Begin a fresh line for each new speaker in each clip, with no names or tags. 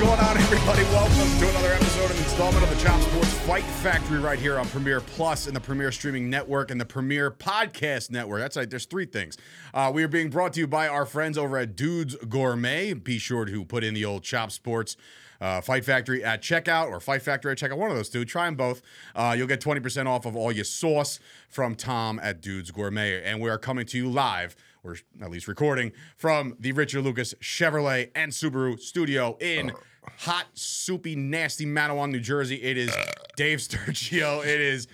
going on, everybody? Welcome to another episode and installment of the Chop Sports Fight Factory right here on Premiere Plus and the Premiere Streaming Network and the Premiere Podcast Network. That's right, there's three things. Uh, we are being brought to you by our friends over at Dudes Gourmet. Be sure to put in the old Chop Sports. Uh, Fight Factory at checkout or Fight Factory at checkout, one of those two. Try them both. Uh, you'll get 20% off of all your sauce from Tom at Dudes Gourmet. And we are coming to you live we're at least recording from the Richard Lucas Chevrolet and Subaru studio in
Uh.
hot, soupy, nasty Mattawan, New Jersey. It is
Uh.
Dave Sturgio. It is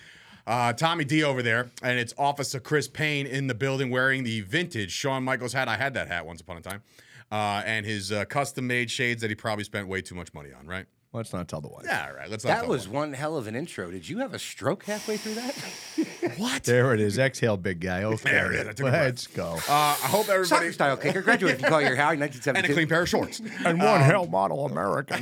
uh, Tommy D over there, and it's Officer Chris Payne in the building wearing the vintage Shawn Michaels hat. I had that hat once upon a time, uh, and his uh, custom made shades that he probably spent way too much money on, right?
Let's not tell the wife.
Yeah, all right. Let's not
That
talk
was
about
one hell of an intro. Did you have a stroke halfway through that?
what.
There it is. Exhale, big guy. Okay.
There it is. I took a breath.
Let's go.
Uh, I hope everybody
Soccer style kicker, graduated from Collier High in
and a
1972.
clean pair of shorts.
and one
um,
hell model American.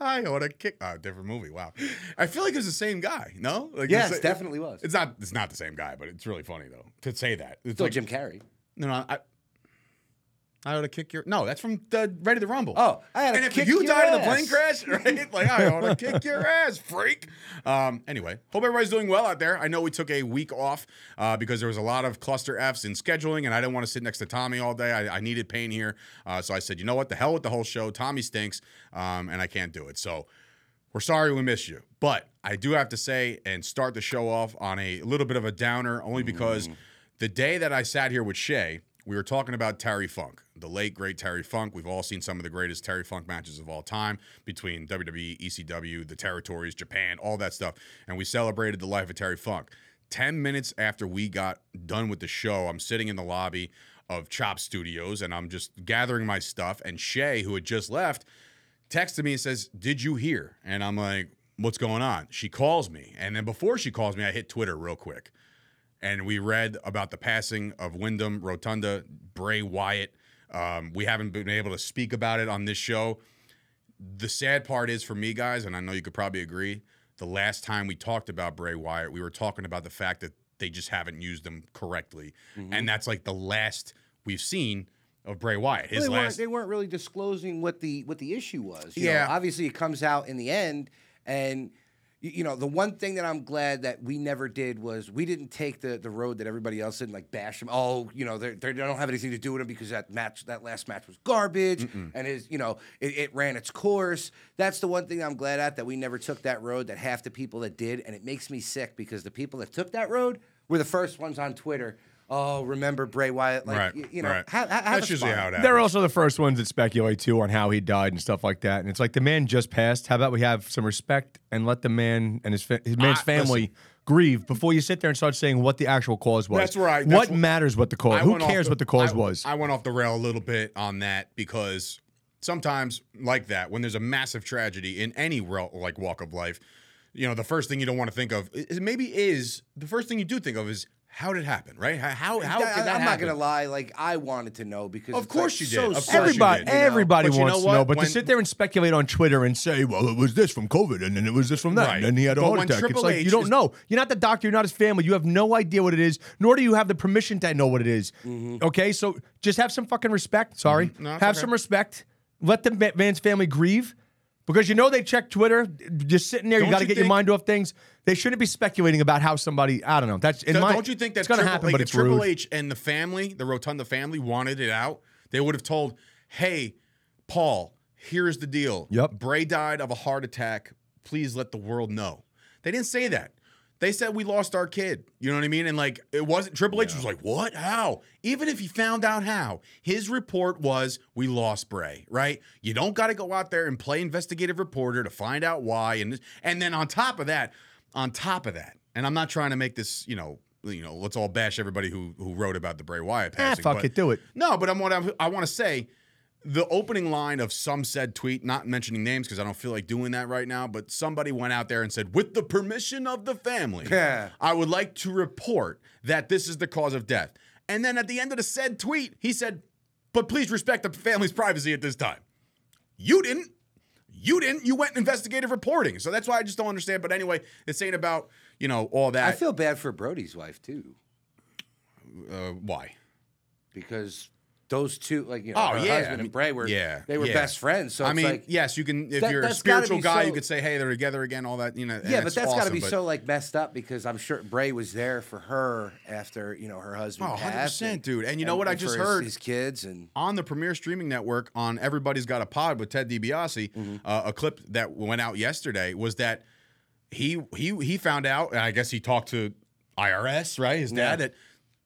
I ought to kick. Oh, different movie. Wow. I feel like it's the same guy. No. Like
Yes,
it's-
definitely was.
It's not. It's not the same guy, but it's really funny though to say that. It's
Still
like
Jim Carrey.
no, no. I, I ought to kick your. No, that's from the Ready to Rumble.
Oh, I oughta
And if
kick
you
your
died in the plane
ass.
crash, right? Like I ought to kick your ass, freak. Um. Anyway, hope everybody's doing well out there. I know we took a week off uh, because there was a lot of cluster f's in scheduling, and I didn't want to sit next to Tommy all day. I, I needed pain here, uh, so I said, you know what, the hell with the whole show. Tommy stinks, um, and I can't do it. So. We're sorry we missed you, but I do have to say and start the show off on a little bit of a downer, only because the day that I sat here with Shay, we were talking about Terry Funk, the late great Terry Funk. We've all seen some of the greatest Terry Funk matches of all time between E, WWE, ECW, the territories, Japan, all that stuff, and we celebrated the life of Terry Funk. Ten minutes after we got done with the show, I'm sitting in the lobby of Chop Studios and I'm just gathering my stuff, and Shay, who had just left texted me and says, Did you hear? And I'm like, What's going on? She calls me. And then before she calls me, I hit Twitter real quick. And we read about the passing of Wyndham Rotunda, Bray Wyatt. Um, we haven't been able to speak about it on this show. The sad part is for me, guys, and I know you could probably agree, the last time we talked about Bray Wyatt, we were talking about the fact that they just haven't used him correctly.
Mm-hmm.
And that's like the last we've seen of Bray Wyatt.
Well,
His
they, weren't,
last.
they weren't really disclosing what the what the issue was. you know.
Yeah.
obviously it comes out in the end, and y- you know the one thing that I'm glad that we never did was we didn't take the the road that everybody else did and like bash him. Oh, you know they're, they're, they don't have anything to do with him because that match that last match was garbage, and his you know it, it ran its course. That's the one thing I'm glad at that we never took that road. That half the people that did, and it makes me sick because the people that took that road were the first ones on Twitter. Oh, remember Bray Wyatt? Like
right.
y- you, know,
right.
ha- ha- have
that's
a
usually
smile.
how it happens.
They're also the first ones that speculate too on how he died and stuff like that. And it's like the man just passed. How about we have some respect and let the man and his fa- his man's
I-
family grieve before you sit there and start saying what the actual cause was.
That's right. That's
what
wh-
matters what the cause?
I
Who
went off
cares
the-
what the cause
I-
was?
I went off the rail a little bit on that because sometimes, like that, when there's a massive tragedy in any rel- like walk of life, you know, the first thing you don't want to think of i- is maybe is the first thing you do think of is how did it happen, right? How how, how
I,
could that
am not
happen?
gonna lie. Like I wanted to know because
Of
it's,
course
like,
you did.
so
Of course
sad,
Everybody,
you
know?
everybody
But you
wants
know
to know,
what?
but
When-
to sit there and speculate on Twitter and say, "Well, it was this from COVID, and then it was this from that,
Right.
and then he had a
But
heart
when
attack."
Triple
it's like
H
you don't
is-
know. You're not the doctor. You're not his family. You have no idea what it is, nor do you have the permission to know what it is. Okay, so just have some fucking respect. Sorry,
Mm-hmm. No, it's
have
okay.
some respect. Let the ma- man's family grieve. Because you know they check Twitter, just sitting there,
Don't
you got to
you
get
think-
your mind off things. They shouldn't be speculating about how somebody. I don't know. That's in
Th-
my.
don't you think that's
it's gonna happen?
like,
but
if
it's
Triple
rude.
H and the family, the Rotunda family, wanted it out, they would have told, "Hey, Paul, here's the deal.
Yep.
Bray died of a heart attack. Please let the world know." They didn't say that. They said we lost our kid. You know what I mean? And like it wasn't Triple H was like, "What? How?" Even if he found out how, his report was, "We lost Bray." Right? You don't got to go out there and play investigative reporter to find out why. And and then on top of that, on top of that, and I'm not trying to make this, you know, you know, let's all bash everybody who who wrote about the Bray Wyatt
Ah,
passing.
fuck
but-
it, do it.
no, but I'm what I'm, I want to say. The opening line of some said tweet, not mentioning names because I don't feel like doing that right now, but somebody went out there and said, with the permission of the family,
Yeah.
I would like to report that this is the cause of death. And then at the end of the said tweet, he said, but please respect the family's privacy at this time. You didn't. You didn't. You went investigative reporting. So that's why I just don't understand. But anyway, it's ain't about, you know, all that.
I feel bad for Brody's wife too
uh, why?
because those two, like you know,
Oh,
her
yeah. I
husband
mean,
and Bray were
yeah,
they were
yeah.
best friends. So
I
it's
mean,
like,
yes, you can. If
That-
you're a
that's gotta
spiritual
be
guy, you
so-
could say, "Hey, they're together again." All that, you know. and
yeah, but
it's
that's got to
awesome,
be
but-
so like messed up because I'm sure Bray was there for her after you know her husband.
Oh, 100%,
passed and-
dude. And you know what I just
for his-
heard?
His kids and
on the premier streaming network on Everybody's Got a Pod with Ted DiBiase,
Mm-hmm.
uh, a clip that went out yesterday was that he he he found out, and I guess he talked to IRS, right, his
Yeah.
dad, that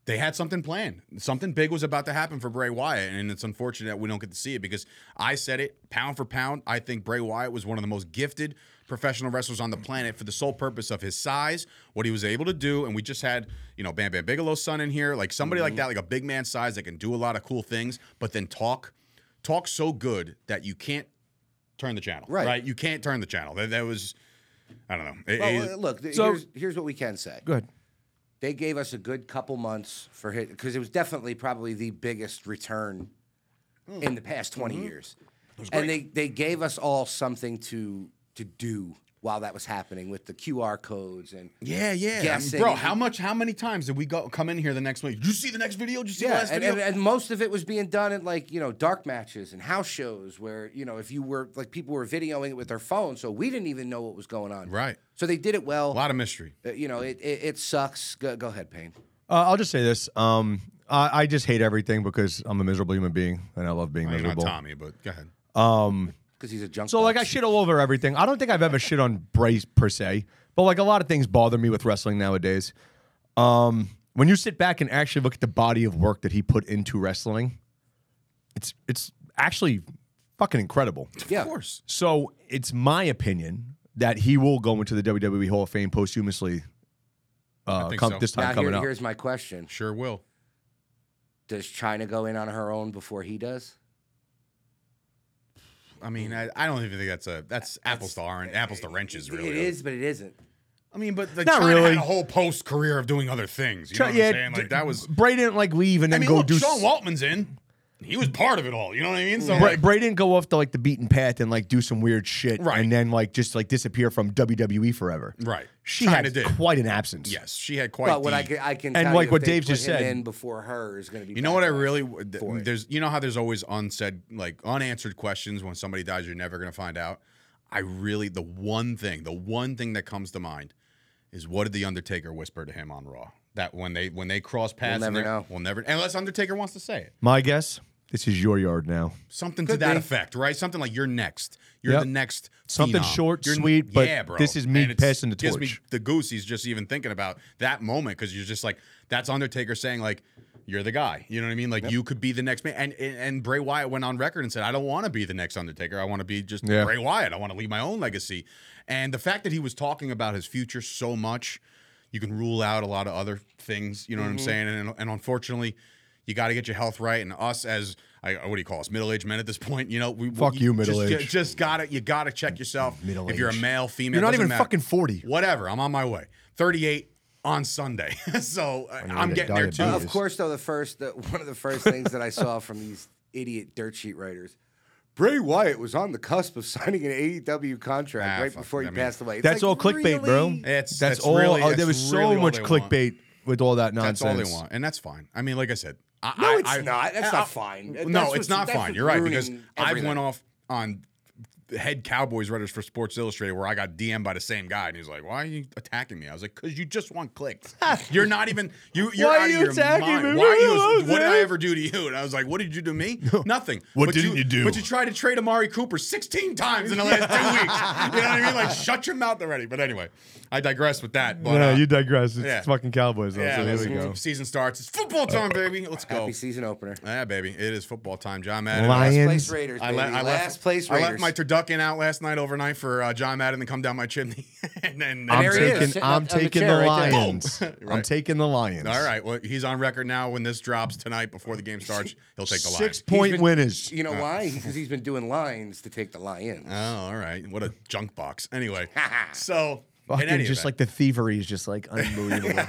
they had something planned. Something big was about to happen for Bray Wyatt, and it's unfortunate that we don't get to see it because I said it pound for pound. I think Bray Wyatt was one of the most gifted professional wrestlers on the planet for the sole purpose of his size, what he was able to do, and we just had you know Bam Bam Bigelow's son in here, like somebody
Mm-hmm.
like that, like a big man size that can do a lot of cool things, but then talk talk so good that you can't turn the channel.
Right.
You can't turn the channel. That, that was I don't know. It-
well,
it-
uh, look, th-
So-
here's, here's what we can say.
Go ahead.
They gave us a good couple months for hit because it was definitely probably the biggest return
Hmm.
in the past 20
Mm-hmm.
years, and they they gave us all something to to do while that was happening with the QR codes and
Yeah, yeah, I mean,
guessing
bro.
and-
How much? How many times did we go come in here the next week? Did you see the next video? Did you see the
Yeah,
last
and,
video?
and, and most of it was being done at like you know dark matches and house shows where you know if you were like people were videoing it with their phone, so we didn't even know what was going on.
Right.
So they did it
a
well.
lot of mystery.
Uh, you know, it it, it sucks. Go, go ahead, Payne.
Uh, I'll just say this. Um, I, I just hate everything because I'm a miserable human being and I love being
I mean, not
miserable. Um,
Tommy, but go ahead.
Because he's a junk.
So like I
box.
shit all over everything. I don't think I've ever shit on Bray per se, but like a lot of things bother me with wrestling nowadays. Um, when you sit back and actually look at the body of work that he put into wrestling, it's it's actually fucking incredible.
yeah.
Of course.
So it's my opinion that he will go into the WWE Hall of Fame posthumously. Uh,
think
come,
so.
This time
Now
coming
here,
up.
here's my question:
Sure will.
Does China go in on her own before he does?
I mean, I, I don't even think that's a that's apples to orange, apples to wrenches,
It-
really.
It is, but it isn't.
I mean, but the
Not
China
really.
had a whole post career of doing other things. You know what I'm saying? Like that was.
Bray didn't like leave and
I
then
mean,
go
look,
do
Sean
s-
Waltman's in. He was part of it all. You know what I mean? So
Bra-
like,
Bray didn't go off the like the beaten path and like do some weird shit,
Right.
And then like just like disappear from WWE forever.
right.
She
China
had
did.
quite an absence.
Yes, she had quite.
But what
the-
I can, I can
And
tell
like
you if
what
they
Dave
put
just
him
said-
in before her is going to be.
You know what I
backlash.
really th-
for it.
there's you know how there's always unsaid like unanswered questions when somebody dies you're never going to find out. I really the one thing, the one thing that comes to mind is what did the Undertaker whisper to him on Raw? That when they when they cross paths and
never
they're-
know.
We'll never unless Undertaker wants to say it.
My guess, this is your yard now.
Something to
Could
that
be.
effect, right? Something like you're next. You're
Yep.
the next
Something
phenom.
short,
You're-
sweet, but
yeah, bro.
this is me
And it's-
passing the
gives me
torch.
the gooseies just even thinking about that moment because you're just like that's Undertaker saying like you're the guy. You know what I mean? Like you could be the next man. And and, and Bray Wyatt went on record and said I don't want to be the next Undertaker. I want to be just
Yeah.
Bray Wyatt. I want to leave my own legacy. And the fact that he was talking about his future so much, you can rule out a lot of other things. You know
Mm-hmm.
what I'm saying? And and unfortunately. You got to get your health right, and us as I, what do you call us, middle aged men at this point? You know, we
Fuck you,
just-
middle age.
Just gotta you gotta check yourself.
Middle
if you're a
age.
male, female,
You're not
doesn't
even
matter.
fucking forty.
Whatever. I'm on my way. 38 on Sunday, so uh,
you
I'm
get
getting there too.
Uh,
diabetes.
of course, though the first, the, one of the first things that I saw from these idiot dirt sheet writers, Bray Wyatt was on the cusp of signing an AEW contract
Ah,
right
fuck,
before he
I mean,
passed away. It's
That's
like,
all clickbait, bro.
really?
It's-
that's,
that's
all.
really-
oh,
that's
there was so
really all
much
they want.
clickbait with all that nonsense.
That's all they want, and that's fine. I mean, like I said, I,
No,
I-
it's
I-
not. That's
I-
not fine. That's
no,
what's-
it's not
that's
fine.
what's
You're right because
ruining
I
everything.
went off on head Cowboys writers for Sports Illustrated where I got DM'd by the same guy, and he's like, "Why are you attacking me?" I was like, "Cause you just want clicks. you're not even you. You're
Why
out
are
of
you
your
attacking
mind.
me?
Why are you?
What
What did I
the-
ever do to you?" And I was like, "What did you do to me? Nothing.
What
But
didn't you do?
But you tried to trade Amari Cooper 16 times in the last two weeks. You know what I mean? Like, shut your mouth already. But anyway, I digress with that. But
No,
uh,
you digress. It's
yeah.
fucking Cowboys. Though, so
yeah,
here we go.
season starts. It's football time, baby. Let's go.
Happy season opener.
Yeah, baby, it is football time. John Madden.
Lions.
Last
Ends.
place Raiders.
I,
baby.
le- I
last
left
place
I left
Raiders.
my turducken out last night overnight for uh, John Madden to come down my chimney, and then uh,
I'm
There he is,
taking.
sitting
I'm
on the
taking the
chair right there. Boom.
Lions. I'm taking the Lions.
all right. Well, he's on record now. When this drops tonight, before the game starts, he'll take the
Six
Lions.
point
been-
winners.
you
Uh.
know why? Because he's been doing lines to take the lion.
Oh, all right. What a junk box. Anyway, so in
Fucking
any
just
event,
like the thievery is just like unbelievable.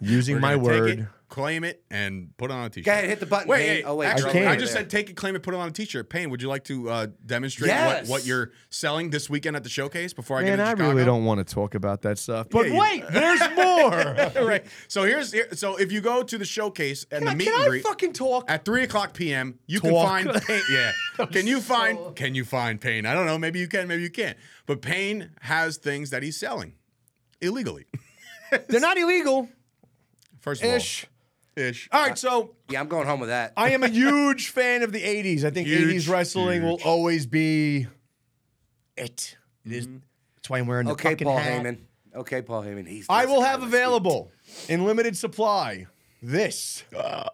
Using
we're
my
gonna take it,
word.
claim it, and put it on a t-shirt.
Go ahead, hit the button,
Wait,
Payne.
wait,
Oh, wait,
actually,
you're
I,
already
just
there.
said take it, claim it, put it on a t-shirt. Payne, would you like to uh, demonstrate
Yes.
what, what you're selling this weekend at the showcase before I
Man,
get into
I
Chicago?
really don't want to talk about that stuff. But
you-
wait, there's more.
right. So here's here, so if you go to the showcase and the meet
uh, Can
and
I
greet
fucking talk?
at three o'clock p.m. You
Talk.
can find Payne. Yeah. can you find Can you find Payne? I don't know. Maybe you can. Maybe you can't. But Payne has things that he's selling illegally.
They're not illegal.
First of
Ish.
all, ish. All right. So
Yeah, I'm going home with that.
I am a huge fan of the 80s. I think
Huge,
80s wrestling will
huge.
always be it. It is- That's why I'm wearing the
okay,
fucking
Paul
hat.
Heyman. Okay, Paul Heyman. He's
I
this
will
guy
have
was-
available in limited supply this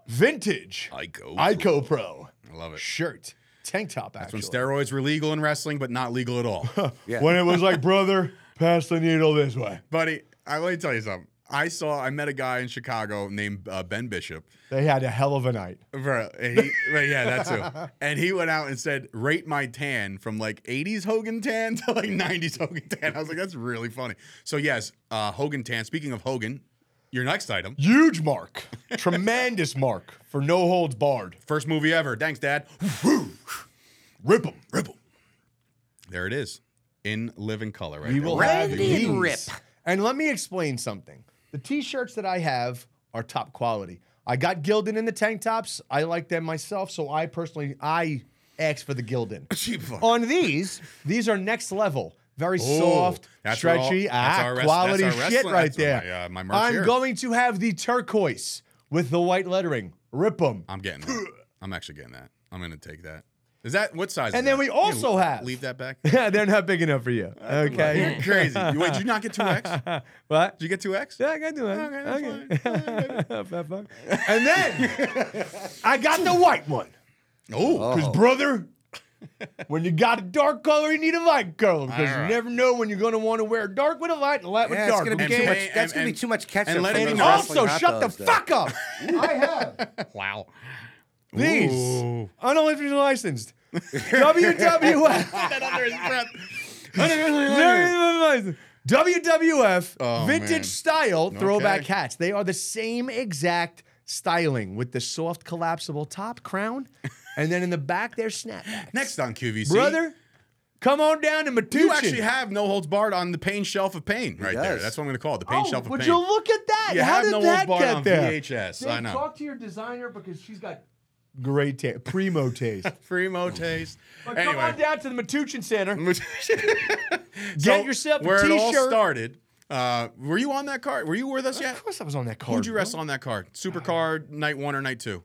vintage
Ico.
Ico Pro
I love it.
shirt, tank top. Actually,
When steroids were legal in wrestling, but not legal at all,
Yeah.
when it was like, brother, pass the needle this way.
buddy. I let me tell you something. I saw. I met a guy in Chicago named uh, Ben Bishop.
They had a hell of a night.
Bro, and he, well, yeah, that too. And he went out and said, "Rate my tan from like '80s Hogan tan to like '90s Hogan tan." I was like, "That's really funny." So yes, uh, Hogan tan. Speaking of Hogan, your next item,
Huge mark, tremendous mark for no holds barred.
first movie ever. Thanks, Dad.
Rip them.
Ripple. There it is, in living color. Right
We
there.
will have
Randy
these.
and Rip.
And let me explain something. The t-shirts that I have are top quality. I got Gildan in the tank tops. I like them myself, so I personally I asked for the Gildan.
Cheap fuck. Oh,
On these, these are next level. Very soft,
that's what all-
stretchy,
that's
ah,
our rest-
quality
that's our
shit
wrestling-
right
that's what
there.
my, uh, my merch
I'm
here.
going to have the turquoise with the white lettering. Rip them.
I'm getting. That. I'm actually getting that. I'm gonna take that. Is that what size? is
And then
that?
we
You
also have-
leave that back.
They're not big enough for you. Okay.
You're crazy. You- Wait, did you not get two X? Did
What?
you get two X?
Yeah, I got to
Okay,
it. Okay. and then I got the white one.
Oh,
Because, brother, when you got a dark color, you need a light color because you
Alright.
never know when you're going to want to wear dark with a light and light with
Yeah, it's
dark.
gonna be
And
too
Payne-
okay?
much.
and-
That's gonna be
and-
too much ketchup.
and let
for
him
those
And
know.
wrestling
also,
hot
shut the
dogs, though.
fuck up. I have
wow.
these
Ooh.
unelectrically licensed WWF.
that under his breath.
WWF WWF
Oh,
vintage
man.
style throwback
Okay.
hats. They are the same exact styling with the soft collapsible top crown, and then in the back they're snapbacks.
Next on QVC,
brother, come on down to Matuchin.
you actually have no holds barred on the pain shelf of pain right there.
does.
That's what I'm going to call it, the pain
Oh,
shelf of
would
pain.
you look at that?
You
How
have
did
no holds
that
barred
get
on
there?
VHS. I
Dave,
know.
Talk to your designer because she's got great taste, primo taste.
Primo taste.
But come on
anyway,
down to the Matuchin Center.
get
yourself a
where it all
t-shirt.
started. Uh, were you on that card? Were you with us yet?
Of course, I was on that card.
Who'd you
bro.
wrestle on that card? Super card, night one or night two?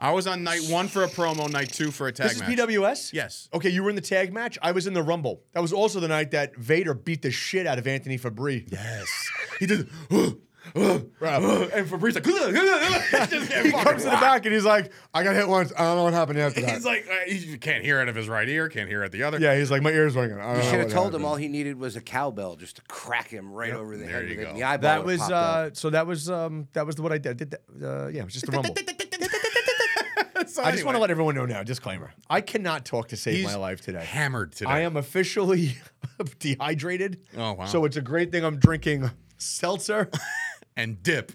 I was on night one for a promo, night two for a tag
This is Oh,
match.
PWS.
Yes.
Okay, you were in the tag match. I was in the Rumble. That was also the night that Vader beat the shit out of Anthony Fabri.
Yes. He did. and Fabrice like, he
Comes to the back and he's like, "I got hit once. I don't know what happened after that."
He's like, uh, he can't hear out of his right ear, can't hear out the other.
yeah, he's like, "My ears ringing." I don't
You
know
should have
what
told him
happened."
all he needed was a cowbell just to crack him right over the
There
head
you
with it.
go.
and The eyeball
That
would've
was
popped out.
uh, so. That was um, that was what I did. I did that, uh, yeah, it was just the Rumble.
So
I just
anyway,
want to let everyone know now. Disclaimer: I cannot talk to save my
he's
life today.
Hammered today.
I am officially dehydrated.
Oh, wow.
So it's a great thing I'm drinking seltzer,
and dip.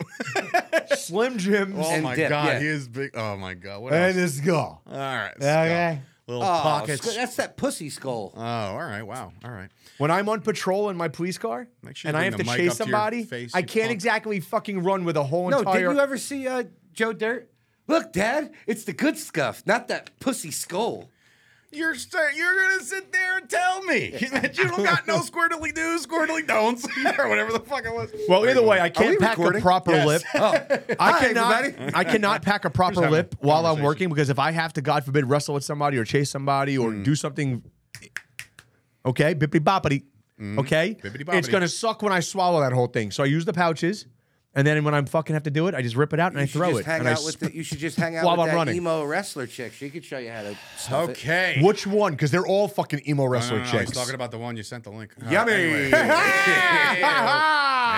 Slim Jims,
oh
And
my
dip,
god,
yeah.
he is big. Oh my god, what
and
else?
this go.
all right, let's
Okay.
go. little
Oh,
pockets.
sc- that's that pussy skull.
Oh, all right, wow, all right.
When I'm on patrol in my police car
Make sure you
and I
bring
have to
the mic
chase
up to your
somebody,
face,
I
you
can't
punk.
exactly fucking run with a whole
No,
entire.
did you ever see uh, Joe Dirt? Look, Dad, it's the good scuff, not that pussy skull.
You're st- you're gonna sit there and tell me that you don't got no squirtly do's, squirtly don'ts, or whatever the fuck it was.
well, either way, I
we
can't pack
recording?
a proper
Yes.
lip.
Oh.
I cannot. I cannot pack a proper
having
lip
a
while I'm
conversation.
working because if I have to, God forbid, wrestle with somebody or chase somebody
Hmm.
or do something, okay, bippity boppity, okay,
Hmm. Bippity
it's
boppity.
gonna suck when I swallow that whole thing. So I use the pouches, and then when I'm fucking have to do it, I just rip it out and I
You should
throw
just
it.
Hang
and I
out with
sp-
the, you should just hang out
while
with
I'm
that
running.
emo wrestler chick. She could show you how to stuff it.
Okay.
Which one? Because they're all fucking emo
No, no,
wrestler
no,
chicks.
Ah, he's talking about the one you sent the link. All right,
Yummy.
anyway.
And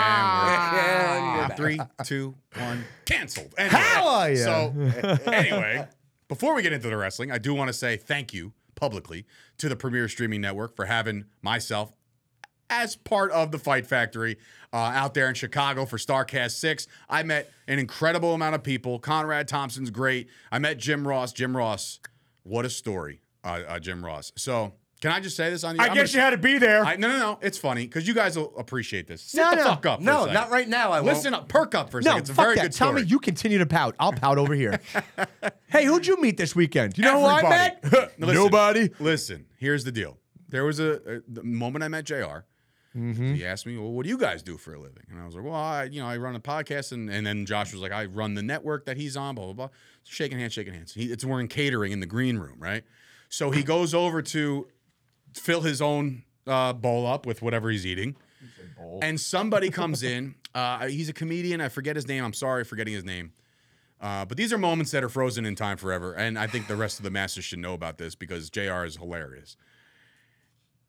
Ah,
you're
three, two, one, canceled. Anyway,
How are ya?
So, anyway, before we get into the wrestling, I do want to say thank you publicly to the Premier Streaming Network for having myself as part of the Fight Factory uh, out there in Chicago for StarCast 6. I met an incredible amount of people. Conrad Thompson's great. I met Jim Ross. Jim Ross, what a story, uh, uh, Jim Ross. So, can I just say this on you?
I
I'm
guess you
gonna-
had to be there.
I, no, no, no. It's funny because you guys will appreciate this. Sit
No,
the
no.
fuck up. for a
No,
second.
not right now. I
Listen up. Perk up for a
No,
second. It's a
fuck
very
that.
good story.
Tommy, you continue to pout. I'll pout over here. hey, who'd you meet this weekend? You know who I met?
Everybody. Listen,
Nobody.
Listen, here's the deal. There was a, a- the moment I met Jr.
Mm-hmm.
He asked me, "Well, what do you guys do for a living?" And I was like, "Well, I, you know, I run a podcast." And, and then Josh was like, "I run the network that he's on." Blah blah blah. So shaking hands, shaking hands. He, it's we're in catering in the green room, right? So he goes over to fill his own uh, bowl up with whatever he's eating. And somebody comes in. Uh, he's a comedian. I forget his name. I'm sorry, forgetting his name. Uh, but these are moments that are frozen in time forever, and I think the rest of the masters should know about this because Jr. is hilarious.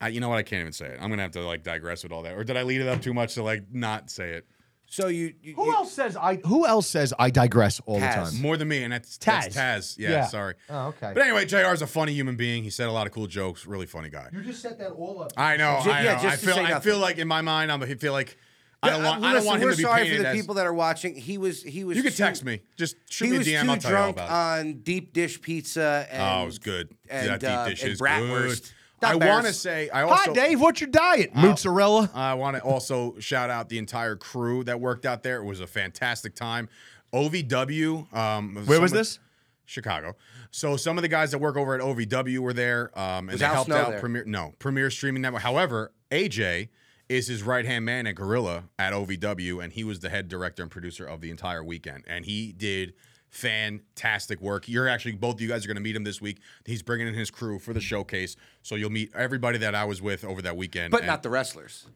I, you know what? I can't even say it. I'm gonna have to like digress with all that, or did I lead it up too much to like not say it
So you, you
Who
you-
else says I? Who else says I digress all
Taz.
the time?
more than me? And that's
Taz.
That's Taz. Yeah,
Yeah.
sorry.
Oh, okay.
But anyway, Jr. is a funny human being. He said a lot of cool jokes. Really funny guy.
you just set that all up.
I know.
Ju-
I know.
yeah,
I
just to
feel.
say
I
nothing.
feel like in my mind, I'm. I feel like I
Yeah,
don't want.
uh,
I don't want him
we're
to be
sorry for
painted
the
as-
people that are watching. He was he was.
You can
too-
text me. Just shoot
He
me a
was
DM.
too
I'll tell you all
drunk
about it.
on deep dish pizza. And,
oh, it was good.
And,
that
uh,
deep dish
and
is
bratwurst.
good.
Not
I
bears.
want to say. I
Hi,
also.
Dave. What's your diet? Mozzarella.
I want to also shout out the entire crew that worked out there. It was a fantastic time. OVW. Um,
Where was
some of-
this?
Chicago. So some of the guys that work over at OVW were there, um, and
Was
they
Al
helped
Snow
out
there?
Premier. No, Premier Streaming Network. However, AJ is his right hand man at Gorilla at OVW, and he was the head director and producer of the entire weekend, and he did fantastic work. You're actually both of you guys are going to meet him this week. He's bringing in his crew for the showcase, so you'll meet everybody that I was with over that weekend.
but
and-
not the wrestlers.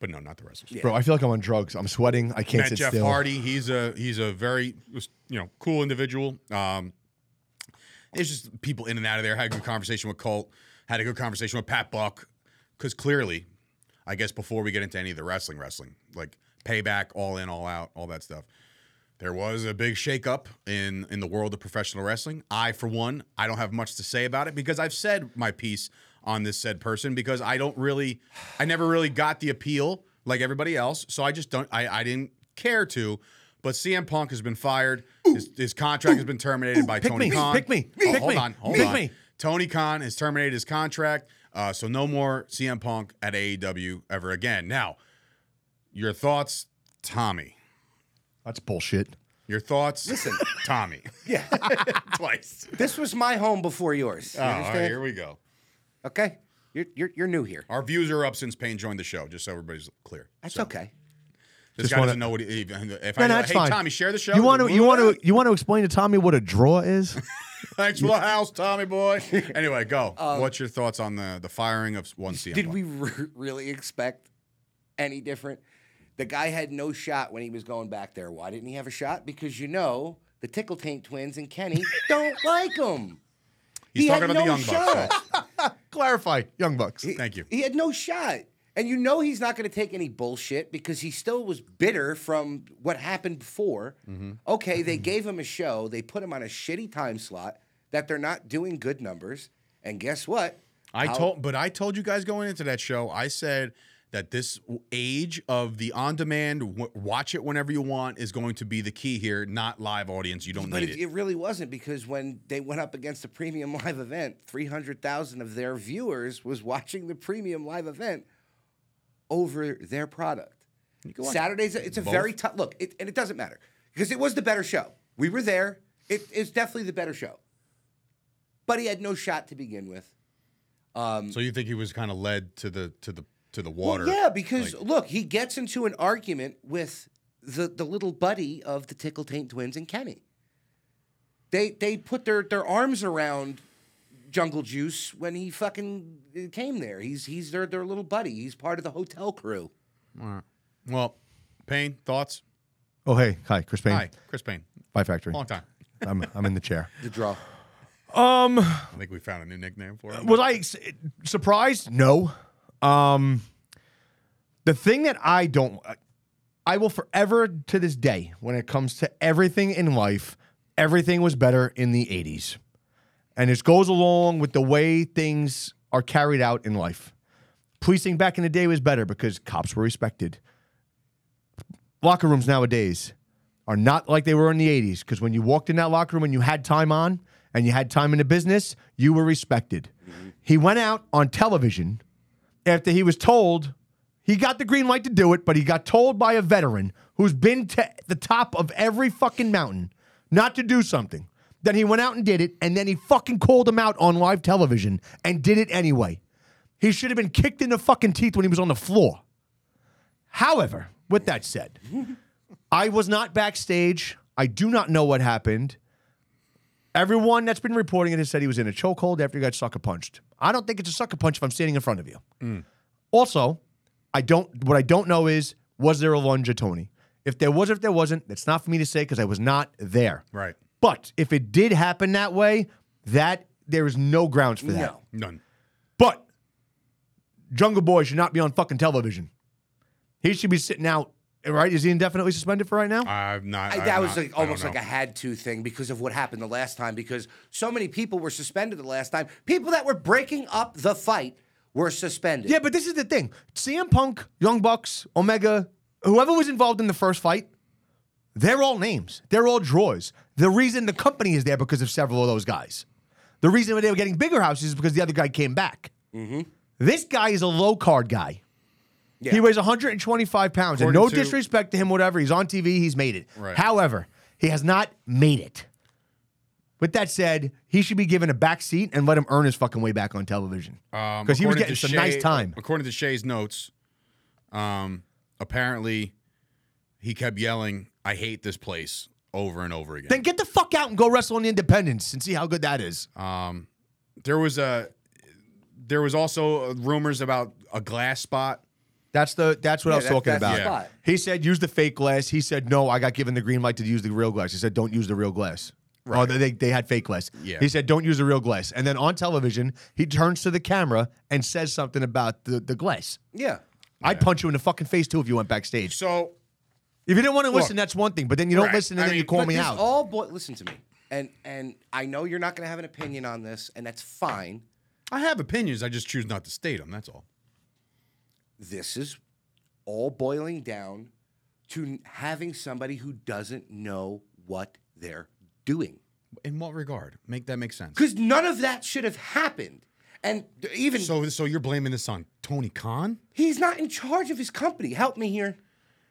but no, not the wrestlers.
Bro, I feel like I'm on drugs. I'm sweating. I can't
Met
sit
Jeff
still.
Hardy. He's a he's a very you know cool individual. Um, it's just people in and out of there. Had a good conversation with Colt. Had a good conversation with Pat Buck. Because clearly, I guess before we get into any of the wrestling, wrestling like payback, all in, all out, all that stuff. There was a big shakeup in in the world of professional wrestling. I, for one, I don't have much to say about it because I've said my piece on this said person because I don't really, I never really got the appeal like everybody else. So I just don't, I, I didn't care to. But CM Punk has been fired. His, his contract has been terminated by
pick
Tony
me,
Khan.
pick me,
Oh,
pick
hold
me,
on, hold
pick
on.
me.
Tony Khan has terminated his contract. Uh, so no more CM Punk at AEW ever again. Now, your thoughts, Tommy.
That's bullshit.
Your thoughts? Listen, Tommy.
Yeah.
Twice.
this was my home before yours. You
Oh, all right,
understand?
here we go.
Okay, you're, you're you're new here.
Our views are up since Payne joined the show, just so everybody's clear.
That's
So,
okay.
This
Just
guy
wanna-
doesn't know what he, even if
No,
I
no, it's
hey
fine.
Tommy, share the show.
You want to? You want
Woo!
to? You want to explain to Tommy what a draw is?
Thanks for the house, Tommy boy. anyway, go. What's your thoughts on the the firing of one CM?
Um, Did we re- really expect any different? The guy had no shot when he was going back there. Why didn't he have a shot? Because you know the Tickle Taint twins and Kenny don't like him.
He's
he
talking
had
about the
no
Young Bucks.
shot.
folks.
Clarify, Young Bucks.
Thank you.
He had no shot. And you know he's not going to take any bullshit because he still was bitter from what happened before.
Mm-hmm.
Okay, they gave him a show. They put him on a shitty time slot that they're not doing good numbers. And guess what?
I told, but I told you guys going into that show. I said that this w- age of the on-demand, w- watch it whenever you want, is going to be the key here. Not live audience. You don't
But
need
it, it really wasn't because when they went up against the premium live event, 300,000 of their viewers was watching the premium live event over their product. Saturday's a, it's a very tough look, it, and it doesn't matter because it was the better show. We were there. It, it's definitely the better show. But he had no shot to begin with. Um,
So you think he was kind of led to the to the to the water?
Well, yeah, because look, he gets into an argument with the the little buddy of the Tickle Taint twins and Kenny. They they put their their arms around Jungle Juice when he fucking uh, came there. He's he's their their little buddy. He's part of the hotel crew.
Well, Payne, thoughts?
Oh hey, hi, Chris Payne.
Hi, Chris Payne.
Bye Factory.
Long time.
I'm I'm in the chair.
The draw.
I think we found a new nickname for him.
Was I s- surprised? No. Um, the thing that I don't, I will forever to this day, when it comes to everything in life, everything was better in the 80s. And this goes along with the way things are carried out in life. Policing back in the day was better because cops were respected. Locker rooms nowadays are not like they were in the 80s because when you walked in that locker room and you had time on and you had time in the business, you were respected. He went out on television after he was told he got the green light to do it, but he got told by a veteran who's been to the top of every fucking mountain not to do something. Then he went out and did it, and then he fucking called him out on live television and did it anyway. He should have been kicked in the fucking teeth when he was on the floor. However, with that said, I was not backstage. I do not know what happened. Everyone that's been reporting it has said he was in a chokehold after he got sucker punched. I don't think it's a sucker punch if I'm standing in front of you. Also, I don't. What I don't know is was there a lunge at Tony? If there was, or if there wasn't, that's not for me to say because I was not there.
Right.
But if it did happen that way, that there is no grounds for that.
No.
None.
But Jungle Boy should not be on fucking television. He should be sitting out. Right? Is he indefinitely suspended for right now?
I'm not.
I,
I'm
that was
not- I
like
don't
almost
know.
like a had to thing because of what happened the last time. Because so many people were suspended the last time. People that were breaking up the fight were suspended.
Yeah, but this is the thing. CM Punk, Young Bucks, Omega, whoever was involved in the first fight, they're all names. They're all draws. The reason the company is there because of several of those guys. The reason why they were getting bigger houses is because the other guy came back. This guy is a low card guy. He weighs 125 pounds,
According
and no
to-
disrespect to him, whatever. He's on TV, he's made it.
Right.
However, he has not made it. With that said, he should be given a back seat and let him earn his fucking way back on television.
Um,
he was
according
getting
to
some nice
Shay-
time.
According to Shay's notes, um, apparently he kept yelling, "I hate this place." Over and over again.
Then get the fuck out and go wrestle on the independents and see how good that is.
Uh,
there was a, there was also rumors about a glass spot.
That's the that's what I was
that-
talking
that's the
about.
spot.
He said use the fake glass. He said no, I got given the green light to use the real glass. He said don't use the real glass. Oh, they, they had fake glass.
Yeah.
He said don't use the real glass. And then on television, he turns to the camera and says something about the, the glass.
Yeah.
I'd punch you in the fucking face too if you went backstage.
So
If you didn't want to listen, that's one thing. But then you don't
Right.
listen and
I
then you
mean-
call
But
me
this
out.
all boy listen to me. And and I know you're not gonna have an opinion on this, and that's fine.
I have opinions. I just choose not to state them. That's all.
This is all boiling down to n- having somebody who doesn't know what they're doing.
In what regard? Make that make sense.
Because none of that should have happened. And th- even
So, so you're blaming this on Tony Khan?
he's not in charge of his company. Help me here.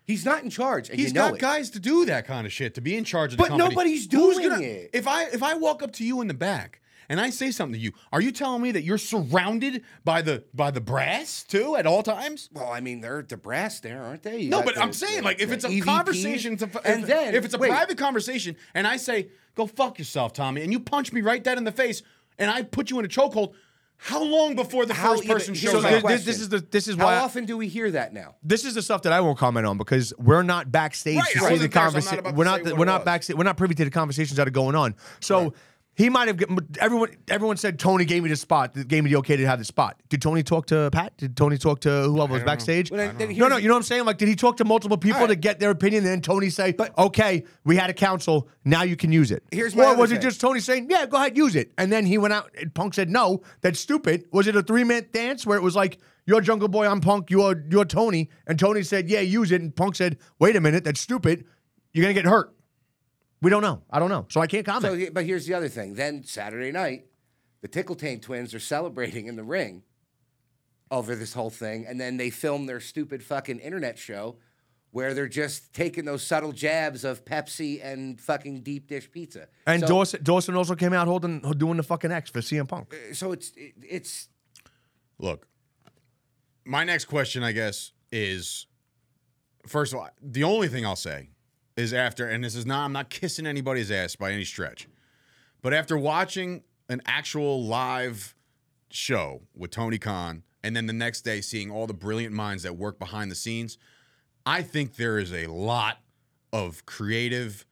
He's not in charge. And
He's
you know
got
it.
guys to do that kind of shit to be in charge of the
But
company.
nobody's
Who's
doing
gonna-
it.
If I if I walk up to you in the back and I say something to you, are you telling me that you're surrounded by the by the brass too at all times?
Well, I mean, they're the brass there, aren't they? You
No,
got
but
the-
I'm saying like if
the
it's a
EVPs,
conversation, it's a, if,
and then
if it's a
wait,
private conversation, and I say go fuck yourself, Tommy, and you punch me right dead in the face, and I put you in a chokehold. How long before the
How
first
even-
person
here's
shows
my
up?
This- this- this is the- this is
how
why I-
often do we hear that now?
this is the stuff that I won't comment on because we're not backstage
Right,
to
I
see the
wasn't there, so I'm not
conversation.
about to
we're
say
not.
what
We're
it
not
was.
backstage. We're not privy to the conversations that are going on. So he might have. get- Everyone. Everyone said Tony gave me the spot. Gave me the okay to have the spot. Did Tony talk to Pat? Did Tony talk to whoever was backstage?
Well, then-
no,
then here's
no.
the-
You know what I'm saying? Like, did he talk to multiple people
All right.
to get their opinion? And then Tony say, "Okay, we had a council. Now you can use it."
Here's my
or
other
was it
thing.
just Tony saying, "Yeah, go ahead, use it," and then he went out. and Punk said, "No, that's stupid." Was it a three minute dance where it was like, "You're Jungle Boy, I'm Punk, you're you're Tony," and Tony said, "Yeah, use it," and Punk said, "Wait a minute, that's stupid. You're gonna get hurt." We don't know. I don't know, so I can't
So,
comment.
he- but here's the other thing. Then Saturday night, the Tickletaine twins are celebrating in the ring over this whole thing, and then they film their stupid fucking internet show where they're just taking those subtle jabs of Pepsi and fucking deep dish pizza.
and
so,
Dawson, Dawson also came out holding doing the fucking X for CM Punk.
uh, so it's it, it's
Look, my next question, I guess, is first of all, the only thing I'll say is after, and this is not, I'm not kissing anybody's ass by any stretch, but after watching an actual live show with Tony Khan and then the next day seeing all the brilliant minds that work behind the scenes, I think there is a lot of creative,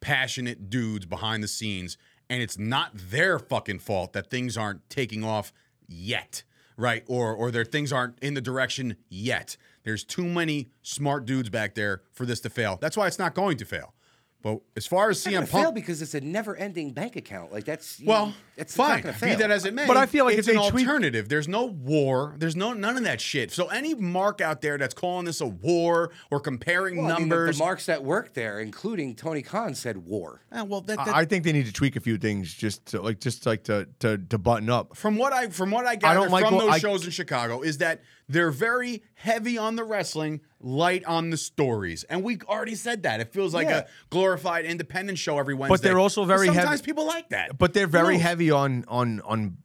passionate dudes behind the scenes, and it's not their fucking fault that things aren't taking off yet, right? Or or their things aren't in the direction yet. There's too many smart dudes back there for this to fail. That's why it's not going to fail. But as far as
It's
CM
fail
Punk,
because it's a never-ending bank account. Like that's you-
well,
it's not
fine.
gonna
Be
fail.
that as it may.
But I feel like
it's
if
an
they tweak-
alternative. There's no war. There's no none of that shit. So any mark out there that's calling this a war or comparing
Well, I mean, the-
numbers,
the, marks that worked there, including Tony Khan, said war.
Ah, well, that, that-
I I think they need to tweak a few things just to like just like to to, to button up.
from what I from what I gather
don't like
from
what-
those
I-
shows in Chicago is that they're very heavy on the wrestling, light on the stories, and we already said that it feels like
Yeah.
a glorified independent show every Wednesday.
they're also very heavy-
sometimes people like that.
But they're very
knows?
heavy on on on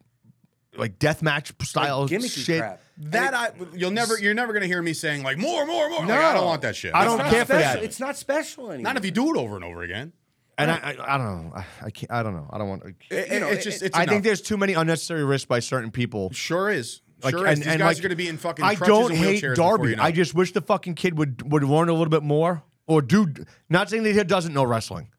like deathmatch style
gimmicky
shit.
crap.
that I you'll never you're never gonna hear me saying like more more more. Like, I don't want that shit.
I
That's
don't
not
care for
special.
that.
It's not special anymore.
Not if you do it over and over again.
And I, I I don't know. I, I can't. I don't know. I don't want.
It-
You know,
it's just
it-
it's
I
enough.
think there's too many unnecessary risks by certain people.
sure is. Sure
Like,
is. These guys are gonna be in fucking.
I
crutches
don't
and
hate
wheelchairs before
Darby.
You know
I
it.
just wish the fucking kid would would learn a little bit more, or do not saying that he doesn't know wrestling.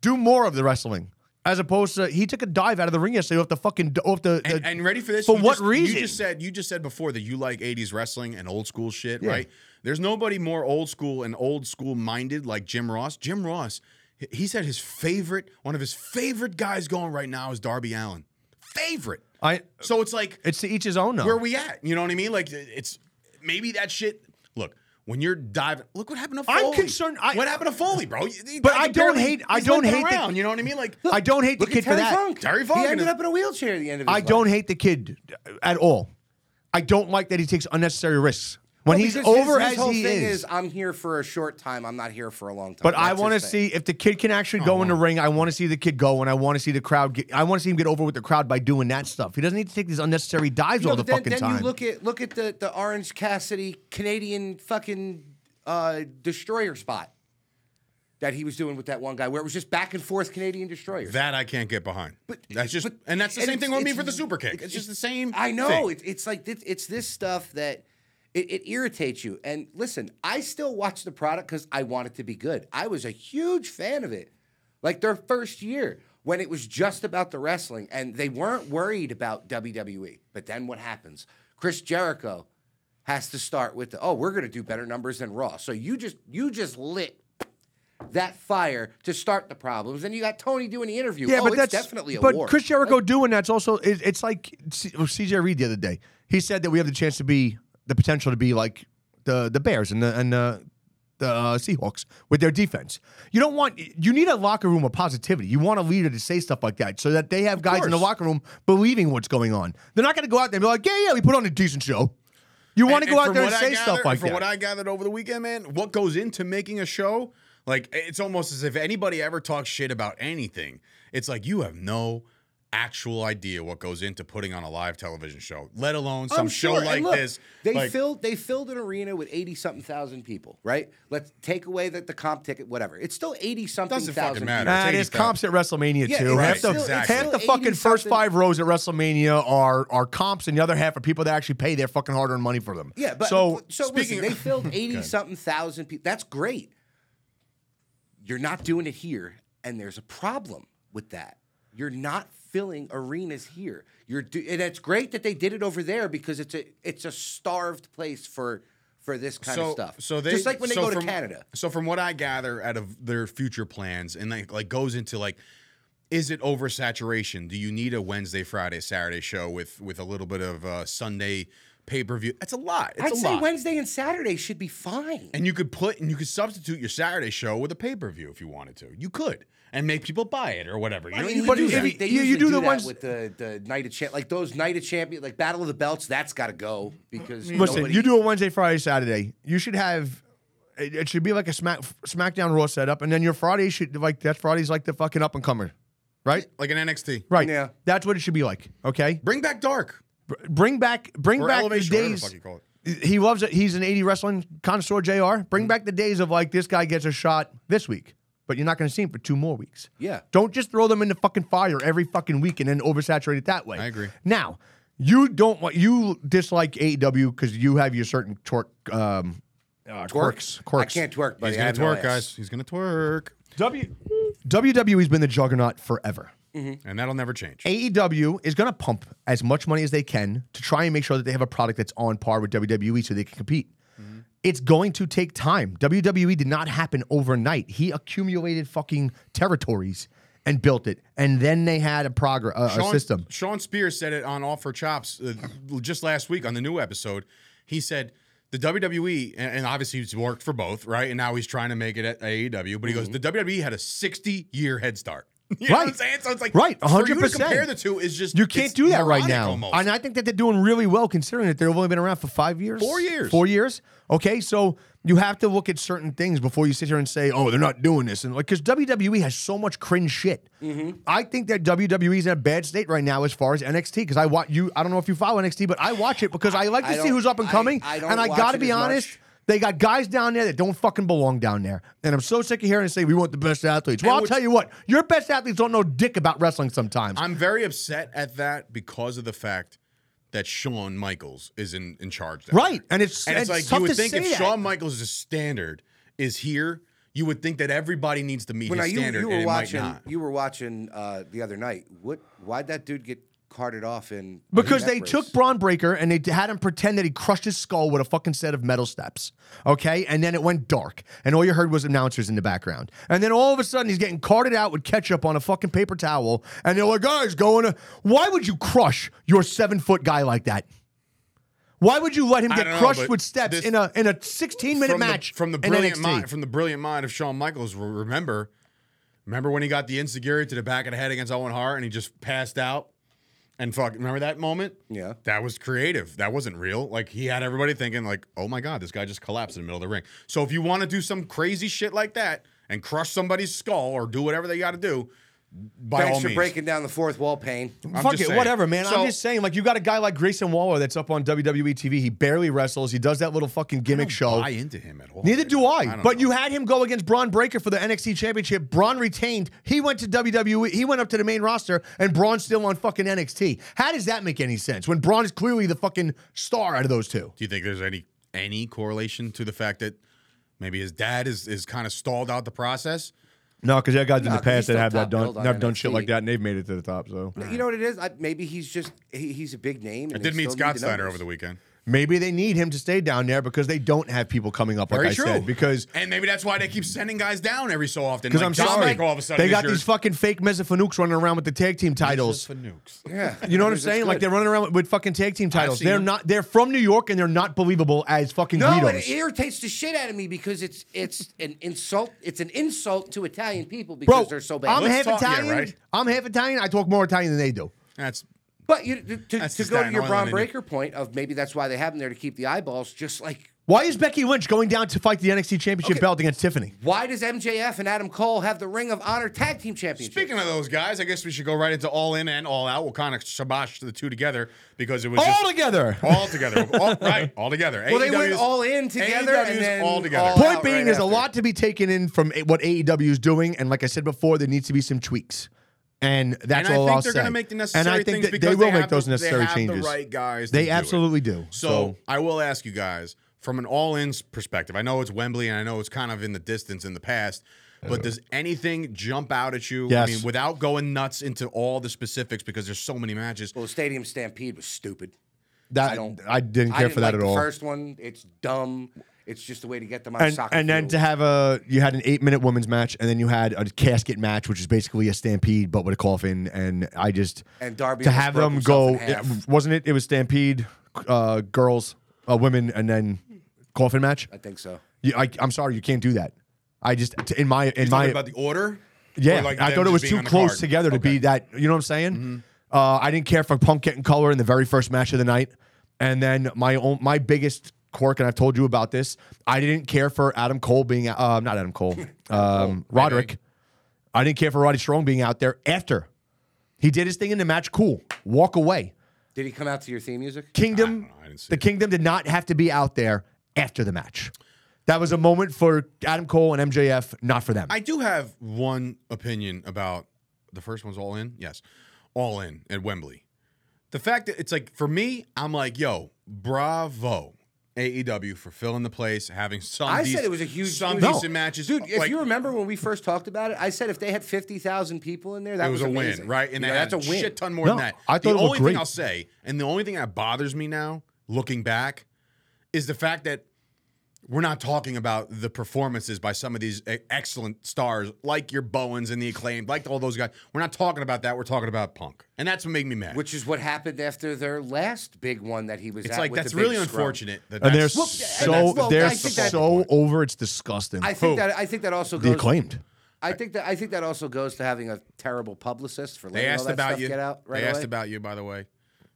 Do more of the wrestling, as opposed to he took a dive out of the ring yesterday off the fucking off the.
And,
the-
and ready for this?
uh, For
You
what
just-
reason?
You just said you just said before that you like '80s wrestling and old school shit,
Yeah.
right? There's nobody more old school and old school minded like Jim Ross. Jim Ross, h- he said his favorite, one of his favorite guys going right now is Darby Allen. Favorite.
I.
So it's like
It's to each his own. Though.
where we at? You know what I mean? Like it's maybe that shit. Look, when you're diving, look what happened to
I'm
Foley.
concerned- I-
what happened to Foley, bro? You- you
But
guys are
I don't
barely-
hate- I
he's
don't
limping
hate the-
around, you know what I mean? Like
I don't hate the
Look
kid
at
for
Terry
that.
Funk.
Terry Funk
He
and
ended
his-
up in a wheelchair at the end of his
I
life.
don't hate the kid at all. I don't like that he takes unnecessary risks when
Well,
he's
because his-
over
his,
as
whole
he
thing
is.
I'm here for a short time. I'm not here for a long time.
But I
That's
want to
his thing.
see if the kid can actually go in the ring. I want to see the kid go, and I want to see the crowd. Get, I want to see him get over with the crowd by doing that stuff. He doesn't need to take these unnecessary dives
No,
all the
but then,
fucking
then
time.
you look at look at the the Orange Cassidy Canadian fucking uh, destroyer spot that he was doing with that one guy, where it was just back and forth Canadian destroyers.
That I can't get behind. But that's just,
but-
and that's the
and
same
it's-
thing with me
it's-
for the super kick. It's just the same.
I know
thing.
it, it's like it's, it's this stuff that it, it irritates you. And listen, I still watch the product because I want it to be good. I was a huge fan of it, like their first year when it was just about the wrestling and they weren't worried about WWE. But then what happens? Chris Jericho has to start with the oh we're gonna do better numbers than Raw. So you just you just lit. That fire to start the problems, and you got Tony doing the interview.
yeah,
oh,
but
it's
that's
definitely a
But
war.
Chris Jericho doing that's also it, it's like C- well, CJ Reed the other day. He said that we have the chance to be the potential to be like the the Bears and the and the. The uh, Seahawks with their defense. You don't want. You need a locker room of positivity. You want a leader to say stuff like that, so that they have guys in the
course.
locker room believing what's going on. They're not going to go out there and be like, "Yeah, yeah, we put on a decent show." You want to
And- and
go out
from
there and
what I
say
gathered-
stuff like
From
that.
what I gathered over the weekend, man, what goes into making a show, like it's almost as if anybody ever talks shit about anything. It's like you have no actual idea what goes into putting on a live television show, let alone some
I'm
show
sure. And
like
look,
this.
They
like,
filled they filled an arena with eighty something thousand people, right? Let's take away that the comp ticket, whatever. It's still eighty something
Doesn't fucking
thousand.
matter.
people.
It's
Nah, there's
80,000.
comps at WrestleMania
Yeah,
too.
it's
half
still-
the,
it's
half
still
the fucking
80
first
something.
five rows at WrestleMania are are comps, and the other half are people that actually pay their fucking hard-earned money for them.
Yeah, but
so
so, so
speaking
listen,
of-
they filled eighty something thousand people. That's great. You're not doing it here, and there's a problem with that. You're not filling arenas here. You're do- and it's great that they did it over there because it's a it's a starved place for for this kind
so,
of stuff.
So they
just like when they
so
go to
from-
Canada.
So from what I gather out of their future plans, and like like goes into like, is it oversaturation? Do you need a Wednesday, Friday, Saturday show with with a little bit of uh, Sunday pay per view? That's a lot. It's
I'd
a
say
lot.
Wednesday and Saturday should be fine.
and you could put and you could substitute your Saturday show with a pay per view if you wanted to. You could and make people buy it or whatever. You know,
I mean,
you
you
could
But
do
do
if
that.
you-
that. They
you- you
usually
do
do,
the
that
ones-
with the, the Night of Champ, like those Night of Champion, like Battle of the Belts. That's got to go because
listen,
nobody-
you do a Wednesday, Friday, Saturday. You should have. It, it should be like a Smack SmackDown Raw setup, and then your Friday should like that Friday's like the fucking up and comer, right?
like an NXT.
Right.
Yeah.
That's what it should be like. Okay.
Bring back dark
Br- bring back. Bring
or
back the
elevation. whatever the
days.
fuck you call it.
he loves it. He's an 80 wrestling connoisseur, JR. Bring
Mm-hmm.
back the days of like this guy gets a shot this week, but you're not going to see him for two more weeks.
Yeah.
Don't just throw them into fucking fire every fucking week and then oversaturate it that way.
I agree.
Now, you don't want, you dislike AEW because you have your certain torque, um, uh, quirks.
I
Quirks.
can't twerk,
Ah, He's
buddy. I
gonna
have no
twerk,
ass.
guys. He's gonna twerk,
W- WWE's been the juggernaut forever.
and that'll never change.
AEW E is going to pump E as much money as they can to try and make sure that they have a product that's on par with WWE so they can compete. It's going to take time. WWE did not happen overnight. He accumulated fucking territories and built it, and then they had a progress a, a system.
Sean Spears said it on All for Chops uh, just last week on the new episode. He said the WWE, and, and obviously he's worked for both, right? And now he's trying to make it at AEW. But he goes, the WWE had a 60 year head start. You know what I'm
Mm-hmm. Right.
saying? So it's like,
Right,
for you to
100%.
compare the two is just
You can't
it's
do that right
moronic
now.
almost.
And I think that they're doing really well considering that they've only been around for five years.
Four years.
Four years. Okay, so you have to look at certain things before you sit here and say, oh, they're not doing this. And like, because WWE E has so much cringe shit.
Mm-hmm.
I think that WWE is in a bad state right now as far as NXT because I watch you. I don't know if you follow NXT, but I watch it because I like
I
to see
don't-
who's up and
I-
coming.
I don't
and I
watch
gotta
it
be
as
honest.
much.
They got guys down there that don't fucking belong down there. And I'm so sick of hearing it say we want the best athletes. Well, I'll
what's-
tell you what, your best athletes don't know dick about wrestling sometimes.
I'm very upset at that because of the fact that Shawn Michaels is in, in charge. down
Right,
there.
and it's
And it's, like
tough
you
to
would think
say
if
that.
Shawn Michaels' standard is here, you would think that everybody needs to meet
Well, now
his
you,
standard,
you
and
were
it
watching.
might not.
You were watching uh, the other night. What? Why'd that dude get carted off in?
because
in that
they
race?
took Braun Breaker and they had him pretend that he crushed his skull with a fucking set of metal steps. Okay, and then it went dark, and all you heard was announcers in the background. And then all of a sudden, he's getting carted out with ketchup on a fucking paper towel, and they're like, "Guys, going to why would you crush your seven foot guy like that?" Why would you let him
I
get
don't know,
crushed
but
with steps
this-
in a in a 16 minute
from
match
the, from the
in
brilliant
NXT?
mind from the brilliant mind of Shawn Michaels. re- Remember, remember when he got the insecurity to the back of the head against Owen Hart and he just passed out and fuck. Remember that moment?
Yeah.
that was creative. That wasn't real. Like he had everybody thinking like, oh my god, this guy just collapsed in the middle of the ring. So if you want to do some crazy shit like that and crush somebody's skull or do whatever they got to do, by
Thanks
all
for
means,
breaking down the fourth wall, Payne.
I'm
Fuck
just
it,
saying.
whatever, man.
So-
I'm just saying, like, you got a guy like Grayson Waller that's up on WWE TV. He barely wrestles. He does that little fucking
I
gimmick
don't
show.
buy into him at all.
Neither do I.
don't
but
know.
you had him go against Braun Breaker for the NXT Championship. Braun retained. He went to WWE. He went up to the main roster, and Braun's still on fucking NXT. How does that make any sense when Braun is clearly the fucking star out of those two?
Do you think there's any any correlation to the fact that maybe his dad is is kind of stalled out the process?
No, because that guys in the
No, 'cause he's
past that
still
have that
top
done,
billed on
have done shit
NXT.
like that, and they've made it to the top. So
You know what it is? I, maybe he's just he, he's a big name.
I did meet Scott Steiner over the weekend.
maybe they need him to stay down there because they don't have people coming up like
Very
I
true.
said. Because
and maybe that's why they keep sending guys down every so often.
Because
Like
I'm
Dominic
sorry,
all of a sudden
they
is
got
your-
these fucking fake Mesophonukes running around with the tag team titles.
Nukes.
Yeah,
You know what I'm
It's
saying? Like
good.
they're running around with, with fucking tag team titles.
seen
They're
them.
not. They're from New York and they're not believable as fucking
No, and
Guidos.
it irritates the shit out of me because it's it's an insult. It's an insult to Italian people because
Bro,
they're so bad.
I'm
Let's
half
talk- yeah,
Italian.
right.
I'm half Italian. I talk more Italian than they do.
That's
but you, to, to,
That's
to
just
go to
that
your
annoying
Braun
in it.
Breaker point of maybe that's why they have them there to keep the eyeballs. Just like
Why is Becky Lynch going down to fight the NXT Championship
Okay.
belt against Tiffany?
why does MJF and Adam Cole have the Ring of Honor Tag Team Championship?
speaking of those guys. I guess we should go right into All In and All Out. We'll kind of shabash the two together because it was
All
just,
together.
all together, all, right? All together. E
Well, they went
AEW's
all in together
AEW's
and then
E all together.
all-
Point
out
being,
right
there's a
after.
lot to be taken in from a- what AEW is doing, and like I said before, there needs to be some tweaks. And that's
and I
all
think
I'll
they're
say.
going to make the necessary
and I think
things
that
because
they will
they
make
have the-
those necessary
they have
changes.
The right guys. to
they
do it.
absolutely do.
So, I will ask you guys from an all-in perspective. I know it's Wembley, and I know it's kind of in the distance in the past. But does anything jump out at you?
Yes.
I mean, without going nuts into all the specifics, because there's so many matches.
well, the Stadium Stampede was stupid.
That I,
I don't-
didn't care
I didn't
for that
like
at
the
all.
First one, it's dumb. It's just a way to get them on
and,
soccer.
and then
field.
to have a you had an eight minute women's match, and then you had a casket match, which is basically a stampede but with a coffin. And I just
And Darby
to
almost
have
broke
them
himself
go,
in
it,
half.
wasn't it? It was stampede, uh, girls, uh, women, and then coffin match.
I think so.
You, I, I'm sorry, you can't do that. I just t- in my in
Talking
my
about the order.
yeah,
Or like
I
them
thought
just
it was
being
too
on the
close
card? Mm-hmm.
together to be that. You know what I'm saying? Uh, I didn't care for Punk getting color in the very first match of the night, and then my own my biggest quirk, and I've told you about this. I didn't care for Adam Cole being uh, not Adam Cole, um, Roderick. I didn't care for Roddy Strong being out there after he did his thing in the match. Cool, walk away.
Did he come out to your theme music?
Kingdom,
Ah, I didn't see
the
it.
Kingdom did not have to be out there after the match. That was a moment for Adam Cole and MJF, not for them.
I do have one opinion about the first one's all in. Yes, all in at Wembley. The fact that it's like for me, I'm like, yo, bravo. AEW for filling the place, having some.
I said
dec-
it was a huge- it
some
was-
decent matches,
Dude, if
Like,
you remember when we first talked about it, I said if they had 50,000 people in there, that
it was, a
amazing.
win, right? And
You
they
know,
had
that's a win.
shit ton more
No,
than that.
I thought
the
it looked
only
great.
thing I'll say, and the only thing that bothers me now, looking back, is the fact that we're not talking about the performances by some of these e- excellent stars like your Bowens and the acclaimed, like all those guys. We're not talking about that. We're talking about Punk, and that's what made me mad.
which is what happened after their last big one that he was
it's
at.
like
with
that's
the big
really
scrum.
unfortunate. That
And they're
that's-
so
that's- well,
they're
I think that-
so over. It's disgusting.
I think that I think that also
the
goes.
acclaimed.
I think that I think that also goes to having a terrible publicist for
They
letting all
asked
that
about
stuff
you.
get out right
they asked
away.
about you, by the way.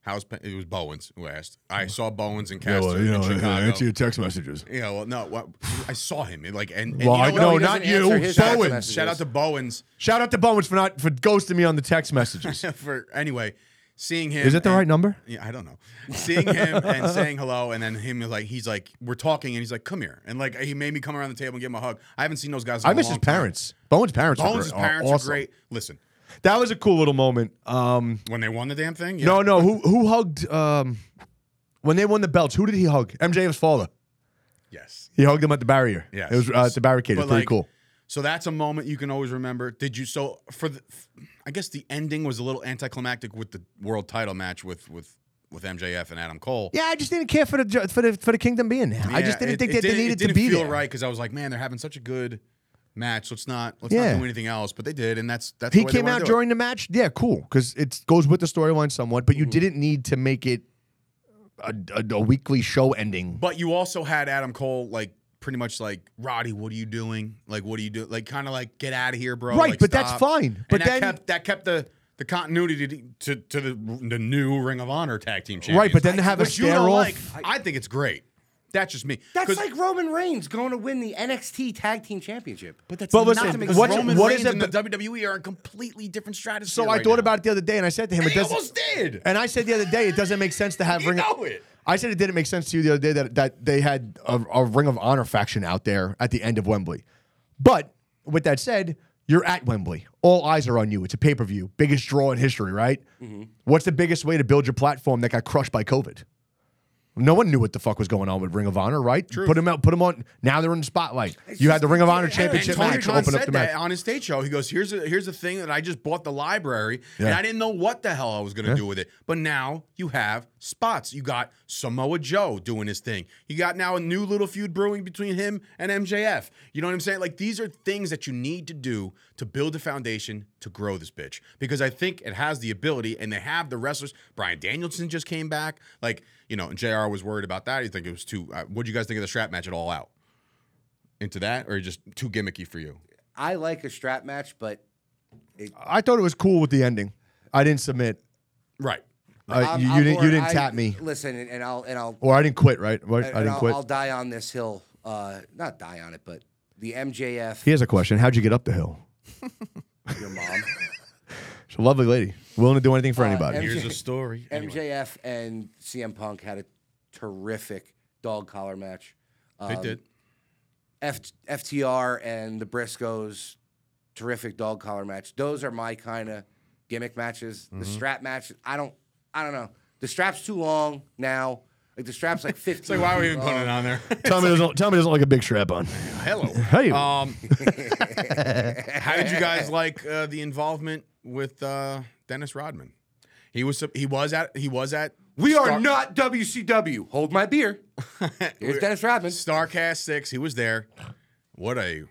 How's Pe- it was Bowens who asked? I saw Bowens and
Yeah,
Castor
well, you know, uh,
in Chicago.
answer your text messages.
Yeah, well, no, well, I saw him. It, like, and, and
Well, I
you know,
know
what?
he
not
doesn't answer
you,
his text
Bowens.
messages.
Shout out to Bowens
Shout out to Bowens for not for ghosting me on the text messages.
for anyway. Seeing him
Is that the
and-
right number?
Yeah, I don't know. Seeing him and saying hello, and then him like he's like we're talking, and he's like come here, and like he made me come around the table and give him a hug. I haven't seen those guys. In
I
a
miss
long
his
time.
parents. Bowens' parents. were
Bowens'
great-
parents are
awesome.
great. Listen,
That was a cool little moment. Um,
when they won the damn thing, yeah.
no, no, who who hugged um, when they won the belts? Who did he hug? MJF's father.
yes,
He hugged him at the barrier.
Yes.
it was uh, at the barricade. It was
But,
pretty
like,
cool.
So that's a moment you can always remember. Did you so for the I guess the ending was a little anticlimactic with the world title match with with with MJF and Adam Cole.
Yeah, I just didn't care for the ju- for the for the kingdom being there. I just
Yeah,
didn't
it-
think
it didn't-
that they
it
needed to
didn't
be
feel
there.
right because I was like, man, they're having such a good match. Let's not let's
Yeah.
not do anything else. But they did, and that's that's
He
the way they
came
wanna
out
do it.
during the match. Yeah, cool, because it goes with the storyline somewhat.
Mm-hmm.
But you didn't need to make it a, a, a weekly show ending.
But you also had Adam Cole like pretty much like Roddy, what are you doing? Like what are you doing? Like kind of like get out of here, bro.
Right,
Like,
but that's
stop.
fine.
And
But
that
then-
kept, that kept the the continuity to to, to the, the new Ring of Honor tag team champions.
Right, but then to have a
Which you don't
stare off-
like. I think it's great. That's just me.
That's
'Cause-
like Roman Reigns going to win the NXT Tag Team Championship.
But that's
But
not
listen,
to make
what's-
sense. Roman
what is
Reigns
it-
and the WWE are in completely different stratosphere.
So I
right
thought
now.
about it the other day, and I said to him,
And
"It
he
doesn't."
almost did.
And I said the other day, it doesn't make sense to have
You
Ring.
know it.
I said it didn't make sense to you the other day that that they had a, a Ring of Honor faction out there at the end of Wembley. But with that said, you're at Wembley. All eyes are on you. It's a pay per view, biggest draw in history, right?
Mm-hmm.
What's the biggest way to build your platform that got crushed by COVID? No one knew what the fuck was going on with Ring of Honor, right? Put them out. Put them on. Now they're in the spotlight. you had the Ring of Honor championship
Tony
match
Khan
open up
said
the match.
that on his stage show. He goes, "Here's a here's a thing that I just bought the library, and
Yeah.
I didn't know what the hell I was going to do with it. But now you have spots. You got Samoa Joe doing his thing. You got now a new little feud brewing between him and MJF. You know what I'm saying? Like these are things that you need to do to build a foundation to grow this bitch because I think it has the ability, and they have the wrestlers. Brian Danielson just came back. Like you know, and Jr. was worried about that. He think it was too. Uh, what do you guys think of the strap match at all out? into that or just too gimmicky for you?
I like a strap match, but
I thought it was cool with the ending. I didn't submit.
Right.
Uh,
I'm-
you, you
I'm
didn't. You
more-
didn't
I-
tap me.
Listen, and, and I'll and I'll
Or I didn't quit, right? Right?
and
I didn't
I'll,
quit.
I'll die on this hill. Uh, not die on it, but the MJF,
Here's a question: How'd you get up the hill?
your mom,
She's a lovely lady, willing to do anything for anybody.
and-
Here's a story. Anyway,
MJF, and CM Punk had a terrific dog collar match.
they
um,
did.
F- FTR and the Briscoes, terrific dog collar match. Those are my kind of gimmick matches. The
Mm-hmm.
strap match, I don't, I don't know. The strap's too long now. Like the strap's like 15.
Like, why are we even putting it on there?
Tommy doesn't. Tommy doesn't like a big strap on.
Hello.
Hey.
Um, how did you guys like uh, the involvement with uh, Dennis Rodman? He was he was at he was at
We are
Star-
not WCW. Hold my beer. Here's Dennis Rodman.
Starcast six. He was there. What a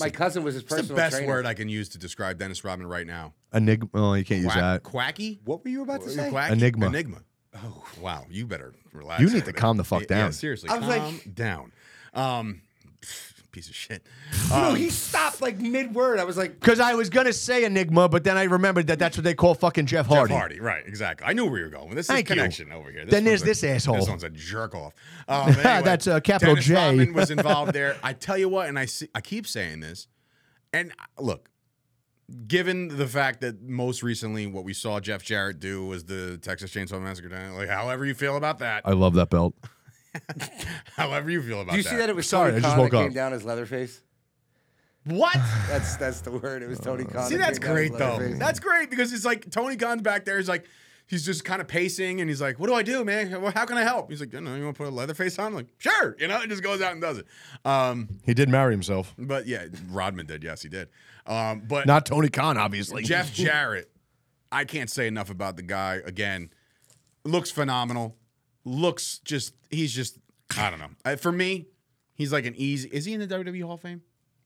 My cousin was his
what's
personal
the best
trainer.
word I can use to describe Dennis Rodman right now?
Enigma. Oh, you can't use
Quack,
that.
quacky.
What were you about to say?
Quacky?
Enigma.
Enigma. Oh wow, you better relax.
You need to
over there.
calm the fuck
Yeah, Yeah,
down.
seriously,
I was like-
calm down. Um, piece of shit.
no, he stopped like mid word. I was like,
Because I was gonna say enigma, but then I remembered that that's what they call fucking Jeff Hardy.
Jeff Hardy, right? Exactly. I knew where you were going. This
Thank
is
you.
connection over here.
Then
one's
there's this asshole.
This one's a jerk off. Um, but anyway,
That's, uh, capital
Dennis
J.
Rodman was involved there. I tell you what, and I see, I keep saying this, and uh, look, given the fact that most recently what we saw Jeff Jarrett do was the Texas Chainsaw Massacre, like however you feel about that,
I love that belt.
however you feel about
do you see that it was
Sorry, I
Tony
just
Khan that
woke up.
came down as Leatherface?
What?
That's that's the word. It was Tony Khan.
See,
that
that's
came down as
great though.
Leatherface.
That's great because it's like Tony Khan's back there. He's like, he's just kind of pacing and he's like, "What do I do, man? Well, How can I help?" He's like, "You know, you want to put a leather face on?" I'm like, sure. You know, and just goes out and does it. Um,
He did marry himself.
but yeah, Rodman did. Yes, he did. Um, but
Not Tony Khan, obviously.
Jeff Jarrett, I can't say enough about the guy. Again, looks phenomenal. Looks just he's just I don't know. Uh, for me, he's like an easy. Is he in the WWE Hall of Fame?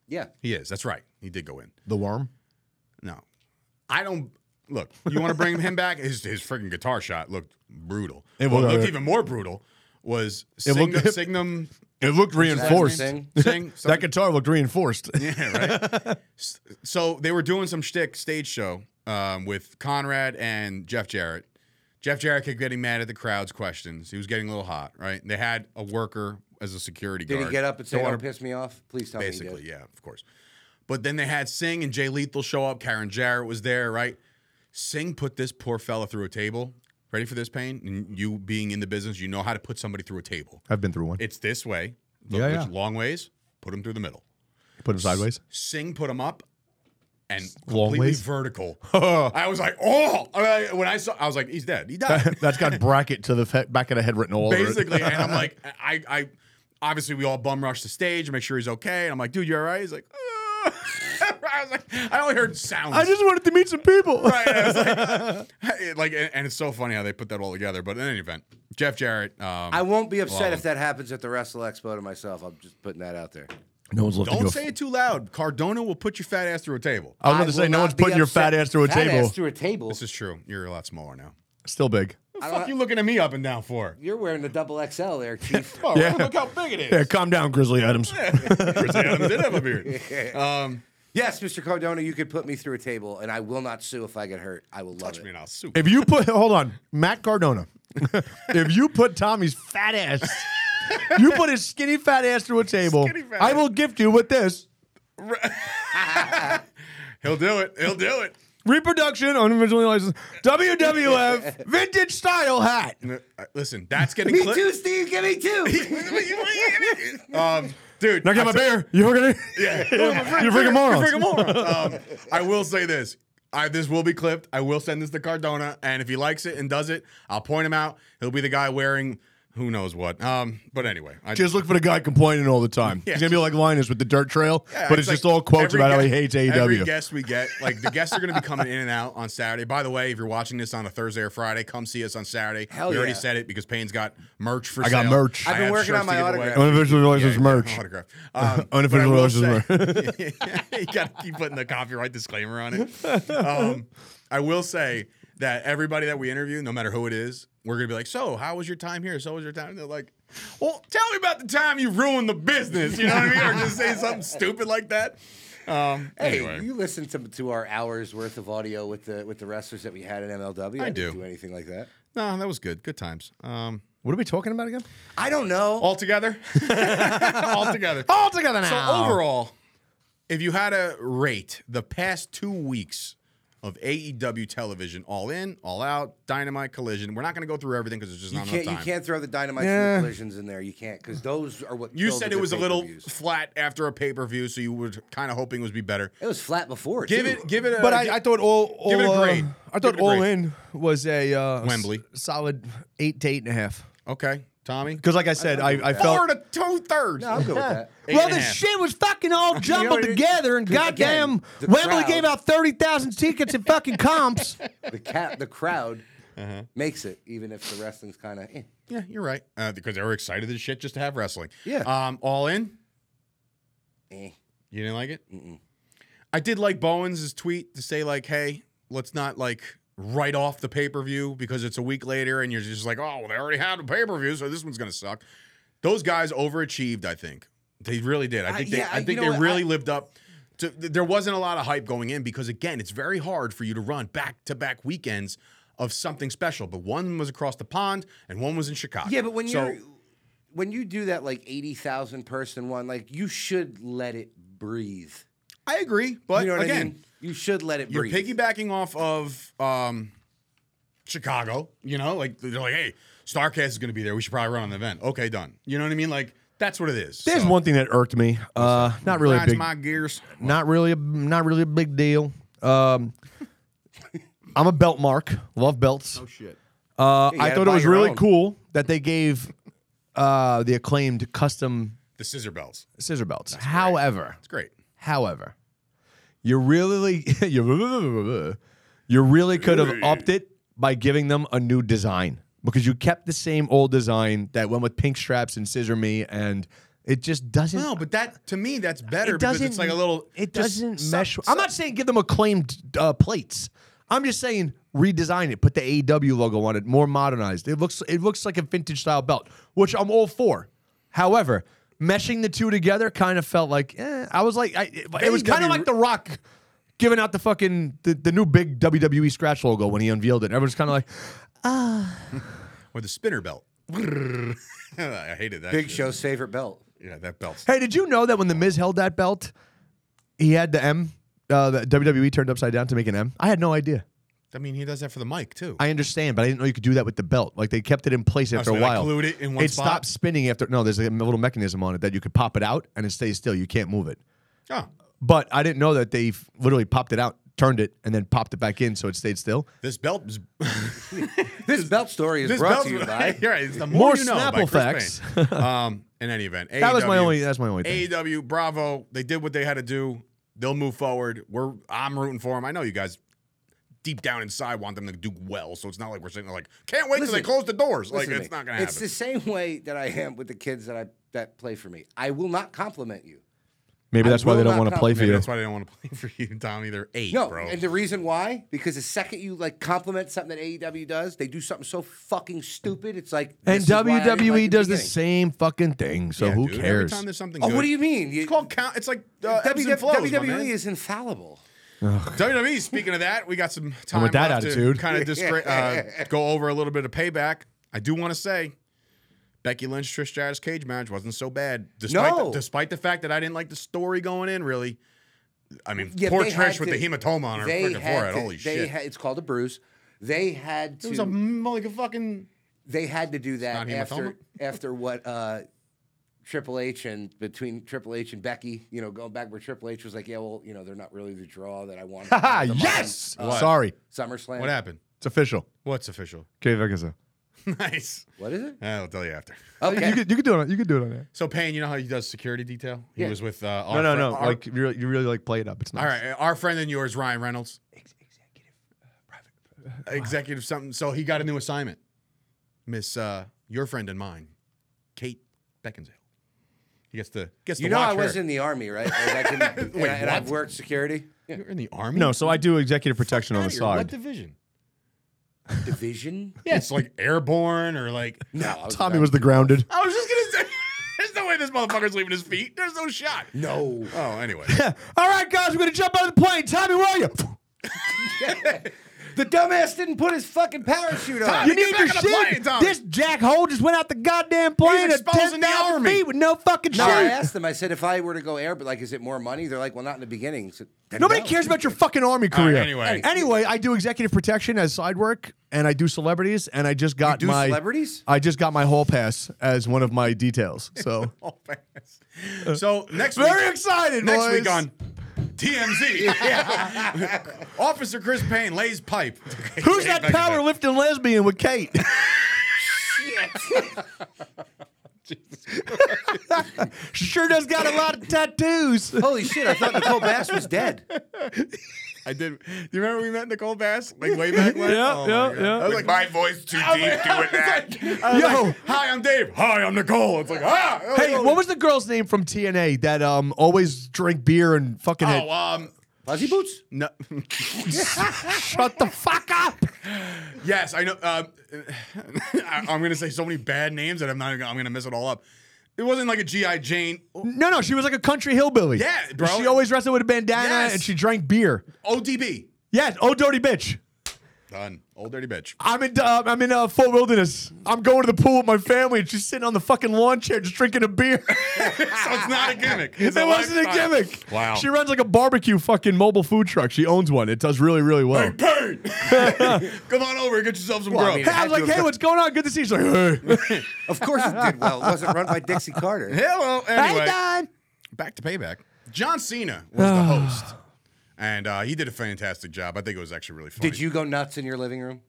Yeah.
He is. That's right. He did go in.
The worm.
No, I don't. Look, you want to bring him back? His his freaking guitar shot looked brutal.
It
what
was-
looked even more brutal was Signum.
looked-
Signum
It looked
That's
reinforced.
amazing.
Sing,
That
something-
guitar looked reinforced.
Yeah, right. S- so they were doing some shtick stage show um, with Conrad and Jeff Jarrett. Jeff Jarrett kept getting mad at the crowd's questions. He was getting a little hot, right? They had a worker as a security
Did
guard.
he get up and say,
Don't
"Don't
wanna-
piss me off"? Please tell me.
Basically, yeah, of course. But then they had Singh and Jay Lethal show up. Karen Jarrett was there, right? Singh put this poor fella through a table. Ready for this pain? And you being in the business, you know how to put somebody through a table.
I've been through one.
It's this way.
Yeah,
which
yeah.
Long ways. Put them through the middle.
Put him sideways.
Singh put him up and
Long
completely
ways?
vertical. I was like, oh, I- when I saw, I was like, he's dead. He died.
That's got bracket to the fe- back of the head written all
Basically, and I'm like, I, I, obviously we all bum rush the stage, make sure he's okay. And I'm like, dude, you all right? He's like, "Uh." I was like, I only heard sounds.
I just wanted to meet some people.
Right, and I was like, it- like, and and it's so funny how they put that all together. But in any event, Jeff Jarrett, um,
I won't be upset
Well-
if that happens at the Wrestle Expo to myself. I'm just putting that out there.
No one's looking.
don't say it too loud. Cardona will put your fat ass through a table.
I was about to say
will
no
not
one's
be
putting your
upset.
fat ass through a
Fat
table.
ass through a table.
This is true. You're a lot smaller now.
Still big.
What
I
the fuck
don't-
you looking at me up and down for?
You're wearing the double XL there, Chief.
Oh,
Yeah.
look how big it is.
Yeah, calm down, Grizzly Adams.
Chris Adams did have a beard. Um,
yes, Mr. Cardona, you could put me through a table, and I will not sue if I get hurt. I will love
I
it.
mean, I'll sue.
If you put hold on, Matt Cardona. if you put Tommy's fat ass, you put his skinny fat ass through a table.
Skinny fat
I
ass.
will gift you with this
He'll do it. He'll do it.
reproduction on originally licensed WWF vintage style hat.
N- uh, Listen, that's getting
me
clipped.
too, Steve. Give me two.
um, dude,
Now get
I
my
said-
beer. You're gonna.
Yeah.
You're freaking morons.
You're freaking morons. Um, I will say this. I, this will be clipped. I will send this to Cardona, and if he likes it and does it, I'll point him out. He'll be the guy wearing who knows what. Um, but anyway, I,
Just look for the guy complaining all the time.
Yeah.
He's gonna be like Linus with the dirt trail,
Yeah,
but it's, just
like
all quotes
every
about how he
guest-
hates E
Every
AEW.
guest we get, like the guests are going to be coming in and out on Saturday. By the way, if you're watching this on a Thursday or Friday, come see us on Saturday.
Hell
we already
yeah.
said it because Payne's got merch for
I got
sale.
merch.
I've been
have
working
shirts
on my
to give away.
autograph.
Yeah, Autograph.
Unofficial licensed merch.
Um,
Unofficial
but I will
licensed
say- you got to keep putting the copyright disclaimer on it. Um, I will say that everybody that we interview, no matter who it is, we're gonna be like, "So, how was your time here? So was your time?" And they're like, "Well, tell me about the time you ruined the business." You know what I mean? Or just say something stupid like that. Um,
Hey,
anyway.
you listened to, to our hours worth of audio with the with the wrestlers that we had in MLW. I,
I
didn't
do.
do anything like that.
No, that was good. Good times. Um,
What are we talking about again?
I don't know.
all together. all together.
All together
So
now.
overall, if you had to rate the past two weeks of AEW television, all in, all out, dynamite, collision, we're not going to go through everything because there's just
you
not
can't
enough
you
time.
can't throw the dynamite
Yeah.
and the collisions in there. You can't because those are what
You
killed
said
the
it
good
was a little
pay-per-views.
flat after a pay per view, so you were kind of hoping it was be better.
It was flat before.
Give
too.
it, give it. A,
But I, I thought all, all
give it a
uh,
grade.
I
Give
thought
it a
all
grade.
in was a uh, s-
Wembley.
solid eight to eight and a half.
okay, Tommy,
Because like I said, I, I,
four
felt
to two thirds.
No, I'm good with that.
Eight
well
and a
the
half.
shit was fucking all jumbled
already-
together, and
Again,
goddamn,
the
Wembley
crowd-
gave out thirty thousand tickets and fucking comps.
The cat, the crowd
Uh-huh.
makes it, even if the wrestling's kind of. Eh.
yeah, you're right uh, because they were excited as shit just to have wrestling.
Yeah.
um, all in.
eh.
You didn't like it? Mm-mm. I did like Bowens' tweet to say like, "Hey, let's not like write off the pay per view because it's a week later and you're just like, oh, well, they already had a pay per view, so this one's gonna suck." Those guys overachieved. I think they really did. I
I-
think they,
yeah,
I
you
think
know
they
what?
really lived up. To, th- there wasn't a lot of hype going in because again, it's very hard for you to run back to back weekends of something special. But one was across the pond and one was in Chicago.
Yeah, but when
So-
you when you do that like eighty thousand person one, like you should let it breathe.
I agree, but
you know what
again.
I mean? You should let it
you're
breathe.
piggybacking off of um, Chicago. You know, like they're like, hey, Starcast is going to be there. We should probably run an event. Okay, done. You know what I mean? Like that's what it is.
There's
So,
one thing that irked me. Uh, not really a
grinds
big,
my gears.
not really, a, not really a big deal. Um, I'm a belt mark. Love belts.
Oh,
shit.
Uh,
you
I
gotta
thought it
buy
was
your
really
own.
cool that they gave uh, the acclaimed custom
The scissor belts.
scissor belts. however,
It's great.
however, you really, you, you really could have upped it by giving them a new design. because you kept the same old design that went with pink straps and scissor me, and it just doesn't.
No, but that to me that's better
it
because
doesn't.
it's like a little.
It
just
doesn't
some-
mesh.
some-
I'm not saying give them acclaimed uh, plates. I'm just saying redesign it. Put the AEW logo on it, more modernized. It looks it looks like a vintage style belt, which I'm all for. However, meshing the two together kind of felt like eh, I was like I, it, it was kind
AEW
of like The Rock giving out the fucking the, the new big WWE scratch logo when he unveiled it. Everyone's kind of like,
or the spinner belt. I hated that.
Big
shit.
Show's favorite belt.
Yeah, that belt.
Hey, did you know that when the Miz held that belt, he had the M, uh, the WWE turned upside down to make an M? I had no idea.
I mean, he does that for the mic too.
I understand, but I didn't know you could do that with the belt. Like they kept it in place after
so
a
they
while.
glued it in one
it
spot?
stopped spinning after. No, there's a little mechanism on it that you could pop it out and it stays still. You can't move it.
oh,
But I didn't know that they f- literally popped it out, turned it, and then popped it back in so it stayed still.
this belt is.
This belt story is
this
brought
belt
to you by.
You're right. It's the
More
more, you know by
Snapple
Chris Payne. um, in any event, E
That was my
AEW
only. That's my only thing.
AEW, bravo. They did what they had to do. They'll move forward. We're I'm rooting for them. I know you guys deep down inside want them to do well. So it's not like we're sitting there like, can't wait till they
Listen,
close the doors. Like
Listen to
it's
me.
not gonna happen.
It's the same way that I am with the kids that I that play for me. I will not compliment you.
Maybe
I
that's why
will
they don't
not
want to
count.
play for
Maybe
you.
that's why they don't want to play for you, Tom, either. Eight,
No,
bro.
and the reason why? Because the second you like compliment something that AEW does, they do something so fucking stupid. It's like this
And
is why I didn't like
WWE
the
does the
beginning.
same fucking thing. So
Yeah,
who
dude, Every
cares?
time there's something
Oh,
good,
what do you mean? You-
It's called count. It's like uh, ebbs
WWE,
and flows, my man.
WWE E is infallible.
WWE. E, Speaking of that, we got some time
with that
left
attitude.
to kind of discra- uh, go over a little bit of payback. I do want to say, Becky Lynch Trish Stratus cage match wasn't so bad, despite
No.
the, despite the fact that I didn't like the story going in. Really, I mean,
Yeah,
poor
they had
Trish with
to-
the hematoma on her
They
freaking
had
forehead.
to,
Holy
they
shit!
Had, it's called a bruise. They had
it was a
to.
m- like a fucking.
they had to do that
not
after
hematoma?
after what uh, Triple H and between Triple H and Becky, you know, going back where Triple H was like, yeah, well, you know, they're not really the draw that I want.
Haha,
them on Uh,
yes.
What?
Sorry,
SummerSlam.
What happened?
it's official.
What's official?
Okay, like I said.
nice.
What is it?
I'll tell you after.
Okay.
You could you could do it. on- You could do it on there.
So Payne, you know how he does security detail? He
Yeah.
was with uh,
No,
our
no,
friend-
no.
our-
Like you really, you really like play it up. It's not.
all right, our friend and yours, Ryan Reynolds, executive something. So he got a new assignment. Miss uh, your friend and mine, Kate Beckinsale. He gets to gets
you
to
know,
watch
I was
her.
in the army, right? Like, I can, and,
Wait,
I, and I've
what?
worked security
You're in the army.
No, so I do executive protection on the
Outta here. What
side.
division?
division.
Yeah, it's like airborne or like.
No, I was
Tommy
not-
was the grounded.
I was just gonna say, there's no way this motherfucker's leaving his feet. There's no shot.
no.
Oh, anyway.
All right, guys, we're gonna jump out of the plane. Tommy, where are you?
The dumbass didn't put his fucking parachute on.
You
Get
need
back
your
on the plane,
shit.
Tommy.
this Jack Hole just went out the goddamn plane at
exposing
ten
the
thousand
army.
feet with no fucking
No, I
shit.
asked them. I said, if I were to go air, but like, is it more money? They're like, well, not in the beginning. So, then
Nobody
no.
cares about your fucking army
All right,
career.
anyway.
anyway, I do executive protection as side work, and I do celebrities, and I just got
do
my
celebrities?
I just got my hall pass as one of my details. So
Oh, fast. So next week,
very excited.
next
boys.
week on TMZ, Officer Chris Payne lays pipe.
Who's that powerlifting lesbian with Kate? she sure does got a lot of tattoos.
Holy shit! I thought Nicole Bass was dead.
I did. You remember we met Nicole Bass like way back when? Oh
Yeah,
my
yeah,
God.
yeah.
I was like,
my voice too
I was
deep
like- I
doing
was
that.
like- I was
Yo.
like, hi, I'm Dave. Hi, I'm Nicole. It's like, ah.
Hey, what was the girl's name from TNA that um always drank beer and fucking had-
Oh, um,
Fuzzy boots.
no.
shut the fuck up?
yes, I know. Um, I, am gonna say so many bad names that I'm not. even gonna- I'm gonna mess it all up. It wasn't like a GI Jane.
No, no, she was like a country hillbilly.
Yeah, bro.
She always wrestled with a bandana
Yes.
and she drank beer.
ODB.
Yes, oh dirty bitch.
Done. Old dirty bitch.
I'm in uh, I'm in uh, Fort Wilderness. I'm going to the pool with my family and she's sitting on the fucking lawn chair just drinking a beer.
so it's not a gimmick.
It
It's
wasn't a
lifestyle.
gimmick.
Wow.
She runs like a barbecue fucking mable food truck. She owns one. It does really, really well. Hey,
Pain. Come on over and get yourself some
Well, I
grub.
mean,
I was like, hey, what's going on? Good to see you. She's like, hey.
Of course it did well. It wasn't run by Dixie Carter.
Hello. Anyway,
Don.
back to payback. John Cena was the host, and uh, he did a fantastic job. I think it was actually really funny.
Did you go nuts in your living room?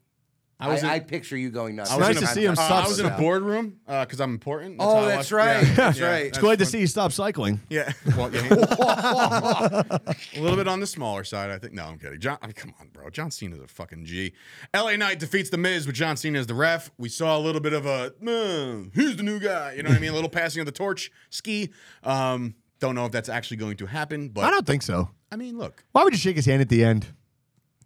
I was
I,
in-
I picture you going nuts.
I
every
was
nice
in
to
a-
time
see him
that
uh, I
suck
comes
was in a
out.
boardroom because I'm important.
Oh,
how I left-
that's right. That's right.
It's glad to see you stop cycling.
Yeah. Well, yeah. a little bit on the smaller side, I think. No, I'm kidding. John, I mean, come on, bro. John Cena's a fucking G. LA Knight defeats The Miz with John Cena as the ref. We saw a little bit of a, "Mm, who's the new guy? You know what I mean? A little passing of the torch ski. Um, don't know if that's actually going to happen, but
I
I,
don't think so.
mean, look.
Why would you shake his hand at the end?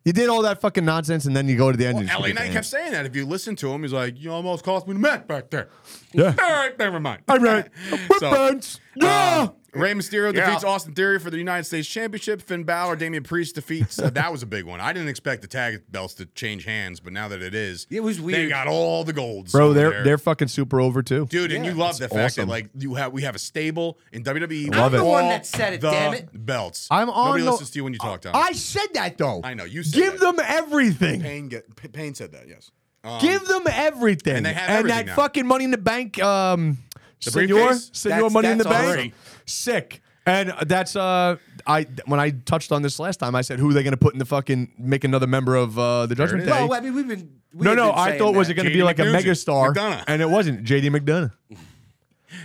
You did all that fucking nonsense, and then you go to the end. and you shake
LA
his
Knight
hand.
kept saying that. If you listen to him, he's like, you almost cost me the match back there.
Yeah.
All right, never mind.
I'm right.
So,
Burns. Yeah.
Um, Rey Mysterio
Yeah.
defeats Austin Theory for the United States Championship. Finn Balor, Damian Priest defeats. uh, that was a big one. I didn't expect the tag belts to change hands, but now that it is,
It was
They
weird.
got all the golds,
Bro,
over
they're
there.
they're fucking super over too.
dude, and you love the fact
awesome.
that like you have we have a stable in WWE.
love
with
it. I'm the
one
all
that said it,
the
damn it.
Belts.
I'm on
Nobody
the-
listens to you when you talk, Tom.
I said that though.
I know, you said
give
that.
them everything.
Payne, get, P- Payne said that. Yes. Um,
give them everything.
and they have
And
everything
that
now.
fucking money in the bank. Um,
The
senor,
briefcase?
senor,
That's-
money in the
that's
bank.
awesome.
Sick. And that's uh, I when I touched on this last time, I said who are they going to put in the fucking make another member of uh, the Judgment Day?
Well, I mean, we've been. We
no,
have
no,
been
I
saying
thought it was
that.
it going to be
JD
like a
McNugent.
megastar,
McDonough.
and it wasn't. JD McDonough.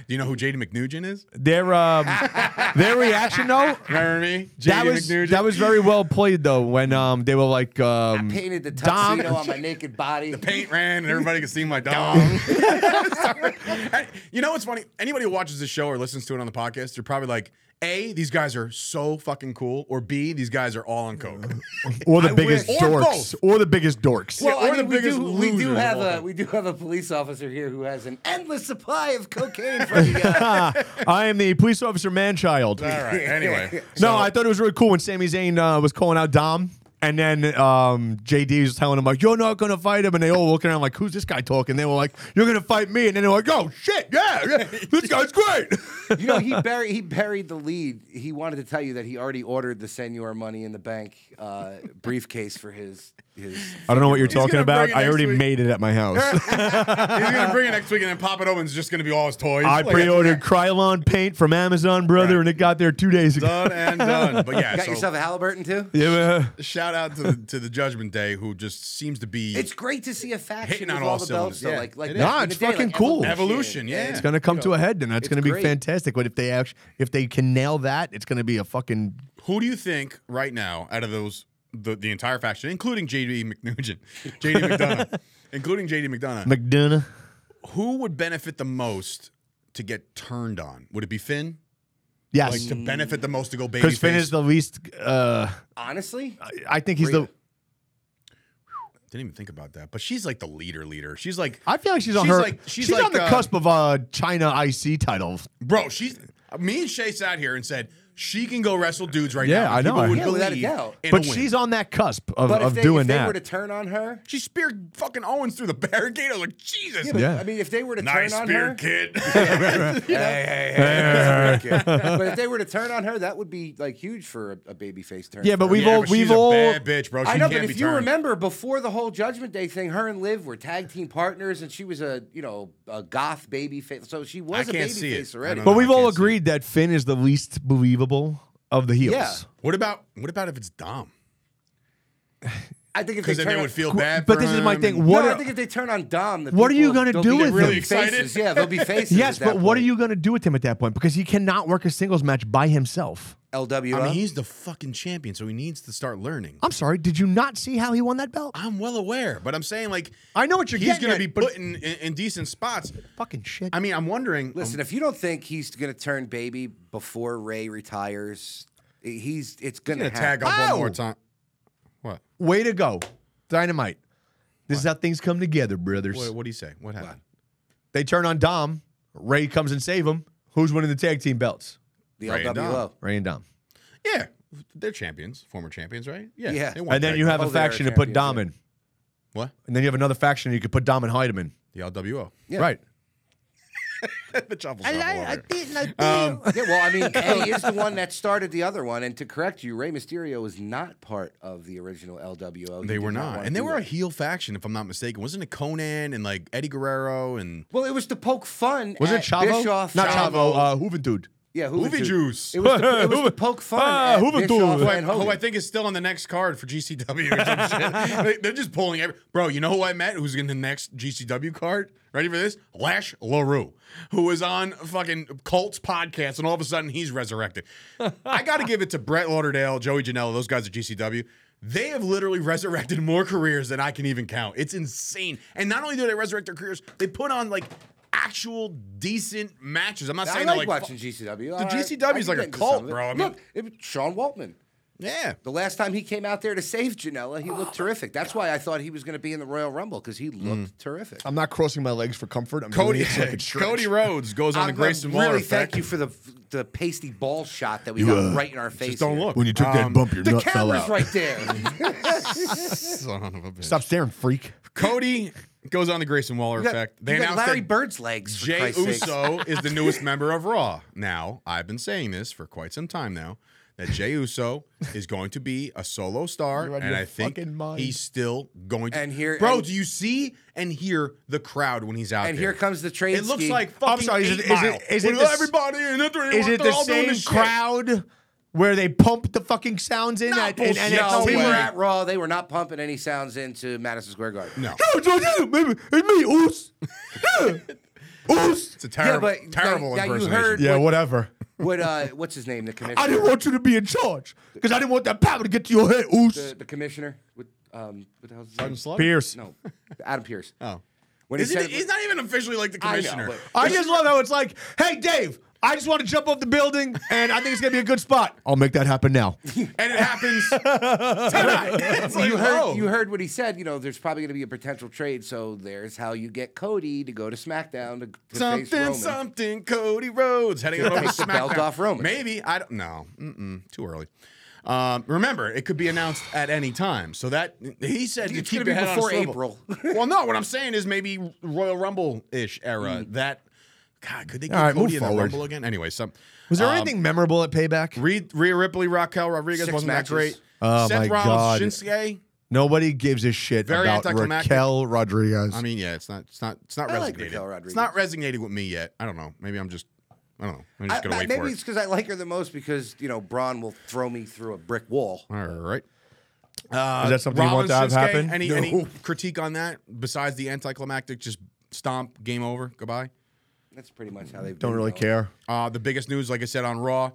Do you know who Jaden McNugent is?
Their um, their reaction though.
Remember me? JD
That was
McNugent?
that was very well played though when um they were like um
painted the
Dom-
tuxedo on my naked body.
paint ran and everybody could see my dong. Sorry. And you know what's funny? Anybody who watches this show or listens to it on the podcast, they're probably like, A, these guys are so fucking cool, or B, these guys are all on coke.
or the
I
biggest
wish- or
dorks
both.
or the biggest dorks.
Well,
I
or the
mean, we
biggest
do- we do,
losers of
have
all
a
time.
we do have a police officer here who has an endless supply of cocaine for the. Uh,
I am the police officer man child.
all right. Anyway.
no, I thought it was really cool when Sami Zayn uh, was calling out Dom. And then um, JD was telling him like, "You're not gonna fight him," and they all looking around like, "Who's this guy talking?" They were like, "You're gonna fight me," and then they're like, "Oh shit, yeah, yeah this guy's great."
uh, you know, he buried he buried the lead. He wanted to tell you that he already ordered the Senor money in the bank uh, briefcase for his his.
I don't know what you're
talking
talking
gonna about.
about.
bring it I
I
next
already
already week.
made it at my house.
He's going to bring it next week and then Papa Owen's just going to be all his toys.
I
Like,
pre-ordered Krylon paint from Amazon, brother,
Right.
and it got there two days ago.
Done and done. But yeah,
Got
so
yourself a Halliburton too.
Yeah, man.
shout out to the, to the Judgment Day who just seems to be
It's great to see a faction
Hitting
with
on
all,
all
the
cylinders,
belts. though,
yeah.
like, like
It
back
is. Nah,
in the
it's
day, like
fucking cool.
evolution. Yeah.
It's gonna come to a head, and that's
it's
gonna be
great.
fantastic. But if they actually, if they can nail that, it's gonna be a fucking.
Who do you think right now out of those the, the entire faction, including JD McNugent, JD McDonough, including JD McDonough,
McDonough.
who would benefit the most to get turned on? Would it be Finn? Like
Yes,
to benefit the most to go baby.
because Finn is the least. Uh,
Honestly,
I- I think he's the.
Rhea.
Didn't even think about that, but she's like the leader. Leader. She's like,
I feel like she's on
She's
her.
like-
she's
she's like,
on the
uh,
cusp of a China IC title.
bro. She's me and Shay sat here and said she can go wrestle dudes right
Yeah,
now.
I know.
People would
Yeah, without a
believe
doubt.
in a
But
win.
she's on that cusp of,
but if
of
they,
doing
if they
that.
were to turn on her,
she speared fucking Owens through the barricade. I was like, Jesus,
yeah, but,
Yeah.
I mean, if they were to
nice
turn on
spear,
her,
kid.
but if they were to turn on her, that would be like huge for a, a babyface turn.
yeah, but we've
Yeah,
all
but
we've
she's a
all
bad bitch, bro. She
I know,
can't
but
be
if you
turned.
remember before the whole Judgment Day thing, her and Liv were tag team partners, and she was a you know a goth baby face, so she was
I
a
can't
baby
see it.
face
I
already.
don't
But
No, I
we've all
can't see
agreed that Finn is the least believable of the heels.
Yeah.
what about what about if it's Dom?
I think if they
Because
turn
then they
on,
would feel bad.
But
for
this is my
him
thing.
and-
What
No,
are-
I think if they turn on Dom, the
What are you
people-
gonna
they'll
do
be
with
really
him? Really
Faces.
excited?
Yeah, they'll be faces.
Yes,
at that
but what are
point.
you going to do with him at that point? Because he cannot work a singles match by himself.
LWO?
I mean, he's the fucking champion, so he needs to start learning.
I'm sorry, did you not see how he won that belt?
I'm well aware, but I'm saying like
I know what you're
he's
getting
going to be
at, but-
put in, in, in decent spots.
Fucking shit.
I mean, I'm wondering.
Listen, if you don't think he's gonna turn baby before Ray retires, he's it's
I'm
gonna,
going to
happen.
tag up
Ow!
one more time. What?
Way to go, Dynamite. This is how things come together, brothers.
What? What do you say? What happened?
They turn on Dom. Ray comes and save him. Who's winning the tag team belts?
the
Ray and
LWO.
Ray and Dom.
Yeah, they're champions, former champions, right? Yeah.
Yeah.
they won
And then
tag
you
team.
have
Oh,
a
they are
faction to put
champions,
Dom
yeah.
in,
what?
and then you have another faction you could put Dom and Hyde in.
The LWO.
Yeah.
Right.
the Chapel Shuffle over here.
Um,
Yeah, well, I mean, Eddie is the one that started the other one, and to correct you, Ray Mysterio was not part of the original LWO. He
They
did
were not,
wanna
and they
do
were a
that.
heel faction, if I'm not mistaken. Wasn't it Conan and like Eddie Guerrero and
Well, it was to poke fun.
was it
at
Chavo?
Bischoff.
Not
Chavo.
Chavo. Uh, Hooventude.
Yeah, Hoover
Movie juice.
It was to, it was to poke fun
Ah,
at
Hoover
Bischoff
Juice.
who,
and
I, who I
Hogan.
think is still on the next card for GCW. Or some shit. They, they're just pulling every. Bro, you know who I met who's in the next GCW card? Ready for this? Lash LaRue, who was on fucking Colts podcast, and all of a sudden he's resurrected. I got to give it to Brett Lauderdale, Joey Janela, those guys at GCW. They have literally resurrected more careers than I can even count. It's insane. And not only do they resurrect their careers, they put on like actual decent matches. I'm not
I
saying
like
they're, like
watching GCW. All
GCW is
I
like
can
a
get into some
cult,
of it.
bro. I mean-
Look, it was Sean Waltman.
yeah.
The last time he came out there to save Janela, he looked terrific. That's why I thought he was going to be in the Royal Rumble because he
Mm.
looked terrific.
I'm not crossing my legs for comfort. I'm
Cody,
doing it so I can stretch.
Cody Rhodes goes on the
I'm
Grayson
really
Waller
thank
effect.
you for the the pasty ball shot that we got right in our face.
Just don't
here.
look.
When you took
Um,
that bump, your
The
nut uh, fell
camera's
out.
right there.
Son of a bitch.
Stop staring, freak.
Cody goes on the Grayson Waller
You got-
effect.
you got
that
Larry Bird's legs. For
Jay
Christ's sakes.
Uso is the newest member of Raw. Now, I've been saying this for quite some time now that Jay Uso is going to be a solo star,
You're out of
and
your
I think
fucking mind.
he's still going to.
And here-
bro,
and-
do you see and hear the crowd when he's out
And
there?
here comes the trade.
It looks
scheme.
like fucking
sorry, is
eight
it- is it-
mile.
is it
With
the s-
everybody in it? They want-
Is it
they're
the
all doing
same
this shit.
crowd where they pump the fucking sounds in
Nah,
at, in
bullshit.
No,
No
we
way.
were
NXT?
at Raw. They were not pumping any sounds into Madison Square Garden.
No,
It's me, Oos. Oos.
it's a terrible,
but now-
terrible
now you
impersonation.
heard-
Yeah, whatever.
What? Uh, what's his name? The
I
commissioner.
didn't want you to be in charge because I didn't want that power to get to your head, Oos.
The, the commissioner. With, um, what the hell's his name?
Pierce.
No, Adam Pierce.
Oh.
When he
Is
said
it,
it
he's
was-
not even officially like the
I know,
commissioner.
but-
I just love how it's like, hey, Dave, I just want to jump off the building, and I think it's gonna be a good spot. I'll make that happen now.
and it happens tonight. It's like,
you heard
whoa.
you heard what he said. You know, there's probably going to be a potential trade. So there's how you get Cody to go to SmackDown to, to face
something,
Roman.
something. Cody Rhodes heading over to
Take the belt
SmackDown.
off Roman.
Maybe I don't. No, Mm-mm, too early. Um, remember, it could be announced at any time. So that he said to
It's
keep
gonna be
your head on a
before
swivel. well, no. What I'm saying is maybe Royal Rumble ish era. That God, could they get
All right,
Cody
move
in the
forward.
Rumble again? Anyway, some
Was there
um,
anything memorable at Payback?
Rhea, Rhea Ripley, Raquel Rodriguez
Six
wasn't
matches.
that great.
Oh,
Seth
my God.
Rollins, Shinsuke.
Nobody gives a shit
Very
about
anticlimactic.
Raquel Rodriguez.
I mean, yeah, it's not, it's not, it's not
I like
resonated.
Raquel Rodriguez.
it's not resonated with me yet. I don't know. Maybe I'm just, I don't know. I'm just gonna
I- I-
wait
maybe
for
it's because I like her the most because you know Braun will throw me through a brick wall.
it. All right. Uh,
Is that something you want to have
Shinsuke,
happen?
Any,
No.
any critique on that besides the anticlimactic? Just stomp, game over, goodbye.
That's pretty much how they've.
don't
been
really
going.
care.
Uh, the biggest news, like I said on Raw,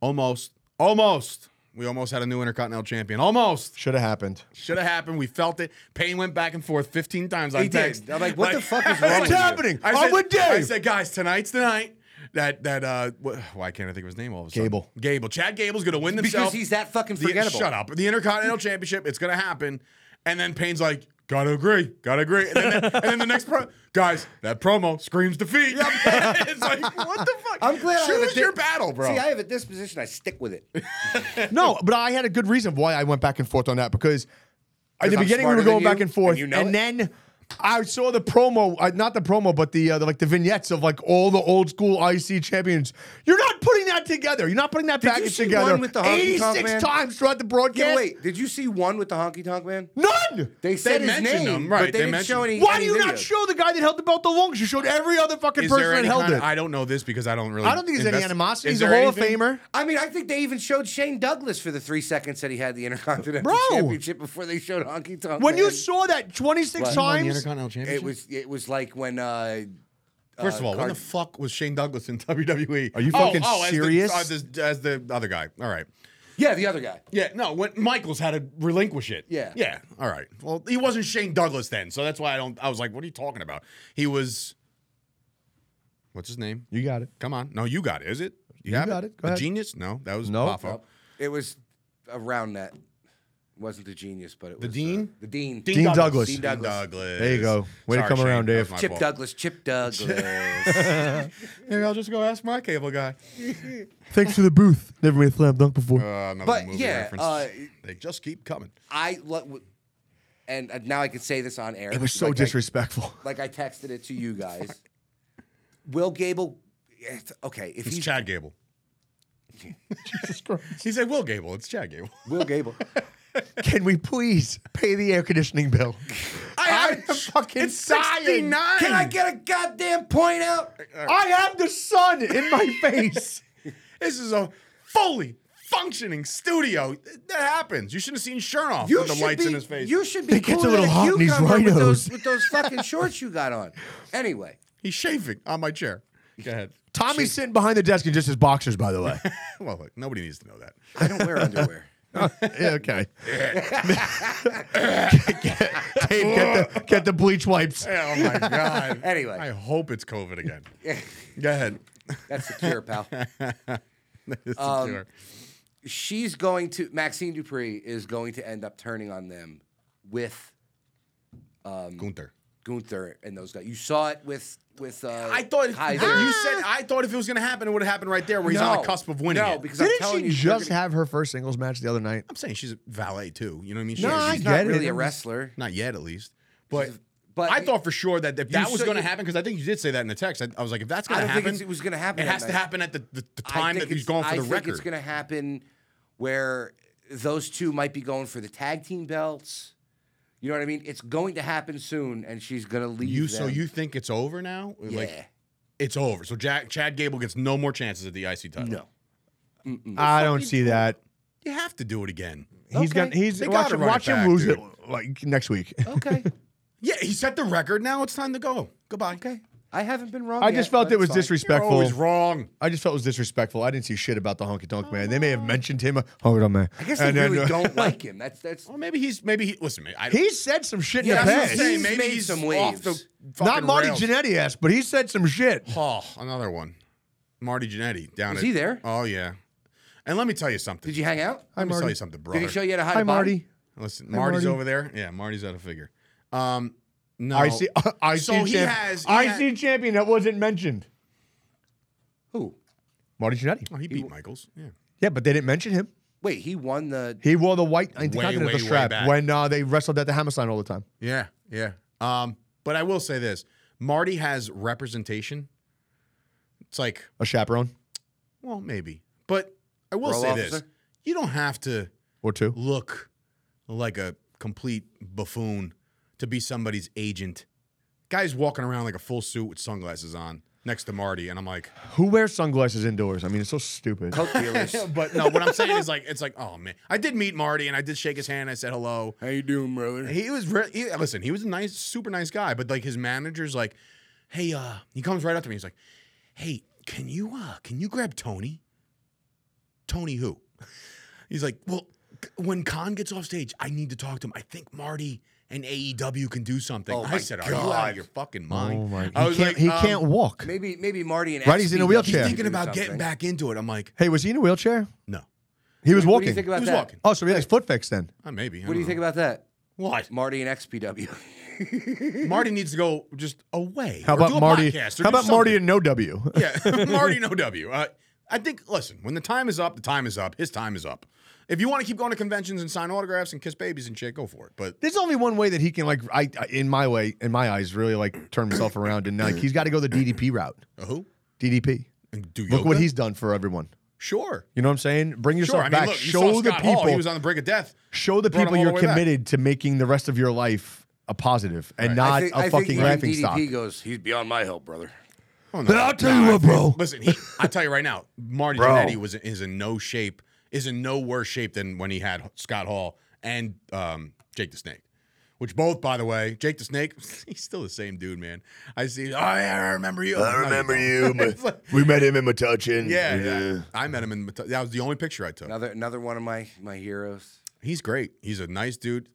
almost, almost, we almost had a new Intercontinental Champion. Almost
Should have happened.
should have happened. We felt it. Payne went back and forth 15 times on
He
text.
did. I'm like, what the fuck is wrong
It's
with you?
happening.
I
I'm
said,
with Dave.
I said, guys, tonight's the night that that uh, wh- why can't I think of his name all of a sudden?
Gable.
Gable. Chad Gable's gonna win
Because
themselves.
he's that fucking
the,
forgettable.
Shut up. The Intercontinental Championship. It's gonna happen. And then Payne's like, gotta agree, gotta agree. And then, and then the next pro, guys, that promo screams defeat. it's like, what the fuck?
I'm glad I have a
Choose
di-
your battle, bro.
See, I have a disposition. I stick with it.
No, but I had a good reason why I went back and forth on that because at the
I'm
beginning we
smarter
were going
than
back
you,
and forth,
and you know it.
then I saw the promo, uh, not the promo, but the, uh, the like the vignettes of like all the old school IC champions. You're not putting that together. You're not putting that package
see
together.
one with the honky tonk
86
man?
times throughout the broadcast.
Yeah, wait, did you see one with the honky tonk man?
None.
They said his
mentioned
name,
him, right,
but they,
they
didn't show
mentioned
any.
Why
any
do you not
videos.
show the guy that held the belt the longest? You showed every other fucking
Is
person
there
that
any
held
kind
it.
of- I don't know this because I don't really.
I don't think there's any
invest-
animosity.
Is
He's a
there
Hall of
anything?
Famer.
I mean, I think they even showed Shane Douglas for the three seconds that he had the Intercontinental
Bro!
Championship before they showed Honky Tonk.
When you
Man.
saw that 26
He won the
times,
Intercontinental Championship.
it was it was like when uh,
First of all, when
card-
the fuck was Shane Douglas in WWE?
Are you
Oh,
fucking
oh, as the-
serious?
uh, this- As the, other guy. All right.
yeah, the other guy.
Yeah, no, when Michaels had to relinquish it.
Yeah.
Yeah. All right. Well, he wasn't Shane Douglas then, so that's why I don't I was like, what are you talking about? He was What's his name?
you got it.
Come on. No, you got it. Is it? You, have
got it. Go
the
ahead.
genius? No, that was
No.
Bafo.
Nope. It was around that. It wasn't the genius, but it was uh,
Dean?
the dean.
Dean Douglas.
Dean
Dean
Douglas.
Douglas.
There you go. Way to come around,
that
Dave.
was my
Chip
fault.
Douglas. Chip Douglas.
Maybe I'll just go ask my cable guy.
Thanks for the booth. Never made a slam dunk before.
Uh, another
But,
movie
yeah,
reference.
uh,
they just keep coming.
I lo- and uh, now I can say this on air.
it was so
like I-
disrespectful.
like I texted it to you guys. Will Gable? it's- Okay, if
It's
he's
Chad Gable. He said Will Gable. It's Chad Gable.
Will Gable,
Can we please pay the air conditioning bill? I am fucking
it's
dying.
69.
can I get a goddamn point out?
I have the sun in my face.
This is a fully functioning studio. That happens. You should have seen Chernoff
You
with the
should
lights
be,
in his face.
You should
It
be
gets a
cooler
little
than a
hot in these
cucumber with
rhinos.
those, with those fucking shorts you got on. Anyway,
He's shaving on my chair. Go ahead.
Tommy's sitting behind the desk in just his boxers, by the way.
Well, look, nobody needs to know that.
I don't wear underwear.
yeah, okay. get, Dave, get the, get the bleach wipes.
Oh my god.
Anyway.
I hope it's COVID again. Go ahead.
That's the cure, pal.
It's secure.
She's going to Maxine Dupree is going to end up turning on them with
Gunther.
Gunther and those guys. You saw it with with. Uh,
I thought if,
Kaiser.
you said I thought if it was going to happen, it would have happened right there, where he's on
No.
the cusp of winning.
No,
it.
because I'm
Didn't
telling
she
you, they're
just
gonna-
have her first singles match the other night?
I'm saying she's a valet too. You know what I mean? She-
No, I
she's
she's
not,
get
not
it.
really a
I'm just-
wrestler.
not yet, at least. But
but
I
you-
thought for sure that if that was
said
going to
you-
happen, because I think you did say that in the text. I, I was like, if that's
I
going to
don't think
happen,
it's- it was gonna happen
It
that
has to
night.
happen at the, the, the
I
time that
think
he's
it's-
going for
I
the
think
record.
it's going to happen where those two might be going for the tag team belts. You know what I mean? It's going to happen soon, and she's going to leave.
you so
them.
you think it's over now?
yeah,
Like it's over. So Jack, Chad Gable gets no more chances at the IC title.
no.
I don't see that.
You have to do it again.
He's
Okay.
gonna he's
They
watch
gotta
him
run it
watch him
back,
lose
dude.
it like next week.
Okay,
Yeah, he set the record. Now it's time to go. Goodbye.
okay. I haven't been wrong.
I
yet,
just felt
but
it was
it's fine.
You're
disrespectful.
always wrong.
I just felt it was disrespectful. I didn't see shit about the honky tonk man. They may have
Oh.
mentioned him. uh, Honky tonk man. uh,
I guess they really don't like him. That's that's.
Well, maybe he's maybe he listen. I,
He said some shit
Yeah,
in the
that's what I'm
past.
saying.
He's
Maybe
made
he's
some
off the
waves.
Not
fucking
Marty
rails.
Jannetty ass, but he said some shit.
Oh, another one. Marty Jannetty down.
Was
at-
he there?
Oh yeah. And let me tell you something.
Did you hang out?
Let me
Marty.
tell you something, brother.
Did he show you how to hide
Hi,
a body?
Marty.
Listen,
Hey,
Marty's
Marty.
over there. Yeah, Marty's out of figure. Um, no,
I see. I
So
see.
he
champ-
has- he
I
ha-
see champion that wasn't mentioned.
Who?
Marty Jannetty.
Oh, he beat Michaels. Yeah.
Yeah, but they didn't mention him.
Wait, he won the.
He wore the white
way, way
Intercontinental strap
back.
when uh, they wrestled at the Hammer sign all the time.
Yeah, yeah. Um, but I will say this: Marty has representation. It's like,
A chaperone
well, maybe, but I will
Parole
say this:
officer?
you don't have to
or two.
look like a complete buffoon to be somebody's agent. Guy's walking around like a full suit with sunglasses on next to Marty, and I'm like,
Who wears sunglasses indoors? I mean, it's so stupid.
Coke dealers.
but no, what I'm saying is like, it's like, oh man, I did meet Marty, and I did shake his hand, I said hello.
how you doing, brother?
He was really he, listen. He was a nice, super nice guy, but like his manager's like, hey, uh, he comes right up to me. He's like, hey, can you uh, can you grab Tony? Tony who? He's like, well, c- when Khan gets off stage, I need to talk to him. I think Marty and AEW can do something.
Oh
I
my
said, are you out of
God.
your fucking mind?
Oh my! He
I was
can't.
like,
he
um,
can't walk.
Maybe maybe Marty and.
Marty's in a
XP
He's
wheelchair.
can
thinking
do
about getting
something.
back into it. I'm like,
Hey, was he in a wheelchair?
no,
He was
What do
walking.
you think about
he was
that?
walking.
oh, so he had his foot fixed then.
Uh, maybe. I
What do you
don't
think about that?
know. What?
Marty and XPW.
Marty needs to go just away.
How
or do
about
a
Marty?
podcast or
How
do
about Marty
something.
and no W?
Yeah, Marty no W. Uh, I think. Listen, when the time is up, the time is up. His time is up. If you want to keep going to conventions and sign autographs and kiss babies and shit, go for it. But
There's only one way that he can like, I I- in my way, in my eyes, really like turn himself around, and like he's got to go the DDP route.
who?
DDP.
And do
Uh, Look what
yoga?
he's done for everyone.
sure,
You know what I'm saying? Bring yourself
sure. I mean,
back.
look, you
show
saw
the
Scott
people.
Hall. He was on the brink of death.
show the
Brought him
people
all
you're
the way back.
committed to making the rest of your life a positive and
Right.
not
I think,
a
I think
fucking
even
laughing
DDP
stock.
goes, he's beyond my help, brother.
Oh,
But I'll tell you what, bro.
Listen, he, I tell you right now, Marty
Bro.
Jannetty was is in no shape, is in no worse shape than when he had Scott Hall and um, Jake the Snake. Which both, by the way, Jake the Snake, he's still the same dude, man. I see. Oh yeah, I remember you. No, don't. It's like-
we met him in Metuchen.
Yeah, yeah. I met him in. Mata- That was the only picture I took.
Another another one of my my heroes.
He's great. He's a nice dude.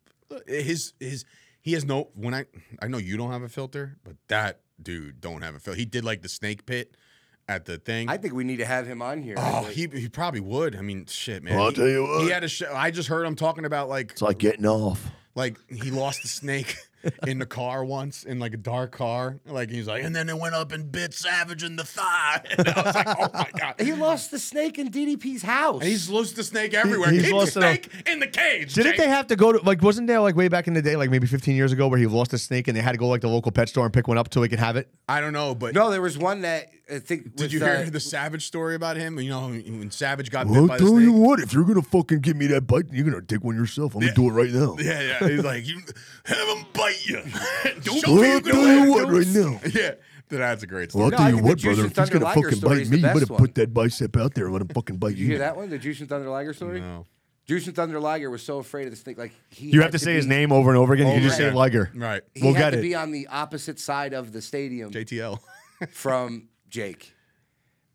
His his he has no. When I I know you don't have a filter, but that dude don't have a filter. He did like the snake pit at the thing.
I think we need to have him on here.
oh,
Like,
he, he probably would. I mean, shit, man.
Well, I'll
He-
tell you what.
He had a show. I just heard him talking about like
like getting off.
like he lost the snake in the car once in like a dark car. Like he's like, and then it went up and bit Savage in the thigh. And I was like, oh my god.
he lost the snake in DDP's house.
And he's lost the snake everywhere.
he's
Keep the
lost it all.
snake in the cage.
Didn't
Jake.
they have to go to like? Wasn't there like way back in the day, like maybe 15 years ago, where he lost a snake and they had to go like the local pet store and pick one up till he could have it?
I don't know, but
no, there was one that I think.
Did
with,
you hear
uh,
the Savage story about him? You know, when Savage got bit by the snake.
what, if you're gonna fucking give me that bite, you're gonna take one yourself. I'm gonna do it right now.
Yeah, yeah. He's like, you have him bite you. Don't
What do you want right now?
Yeah, That's a great
Well, I'll
story.
No,
tell
I
you
think the
what,
Juice
brother.
and
If he's
Thunder
gonna
Liger
fucking
story
bite
is
me,
the
you
best
better
one.
put that bicep out there and let him fucking bite you.
You hear that one? The Juice and Thunder Liger story?
No.
Juice and Thunder Liger was so afraid of this thing. Like he
You
had
have to say
be-
his name over and over again. You can just
Over
say
and-
Liger.
Right.
He
We'll
had
get
to
it.
be on the opposite side of the stadium
JTL.
from Jake.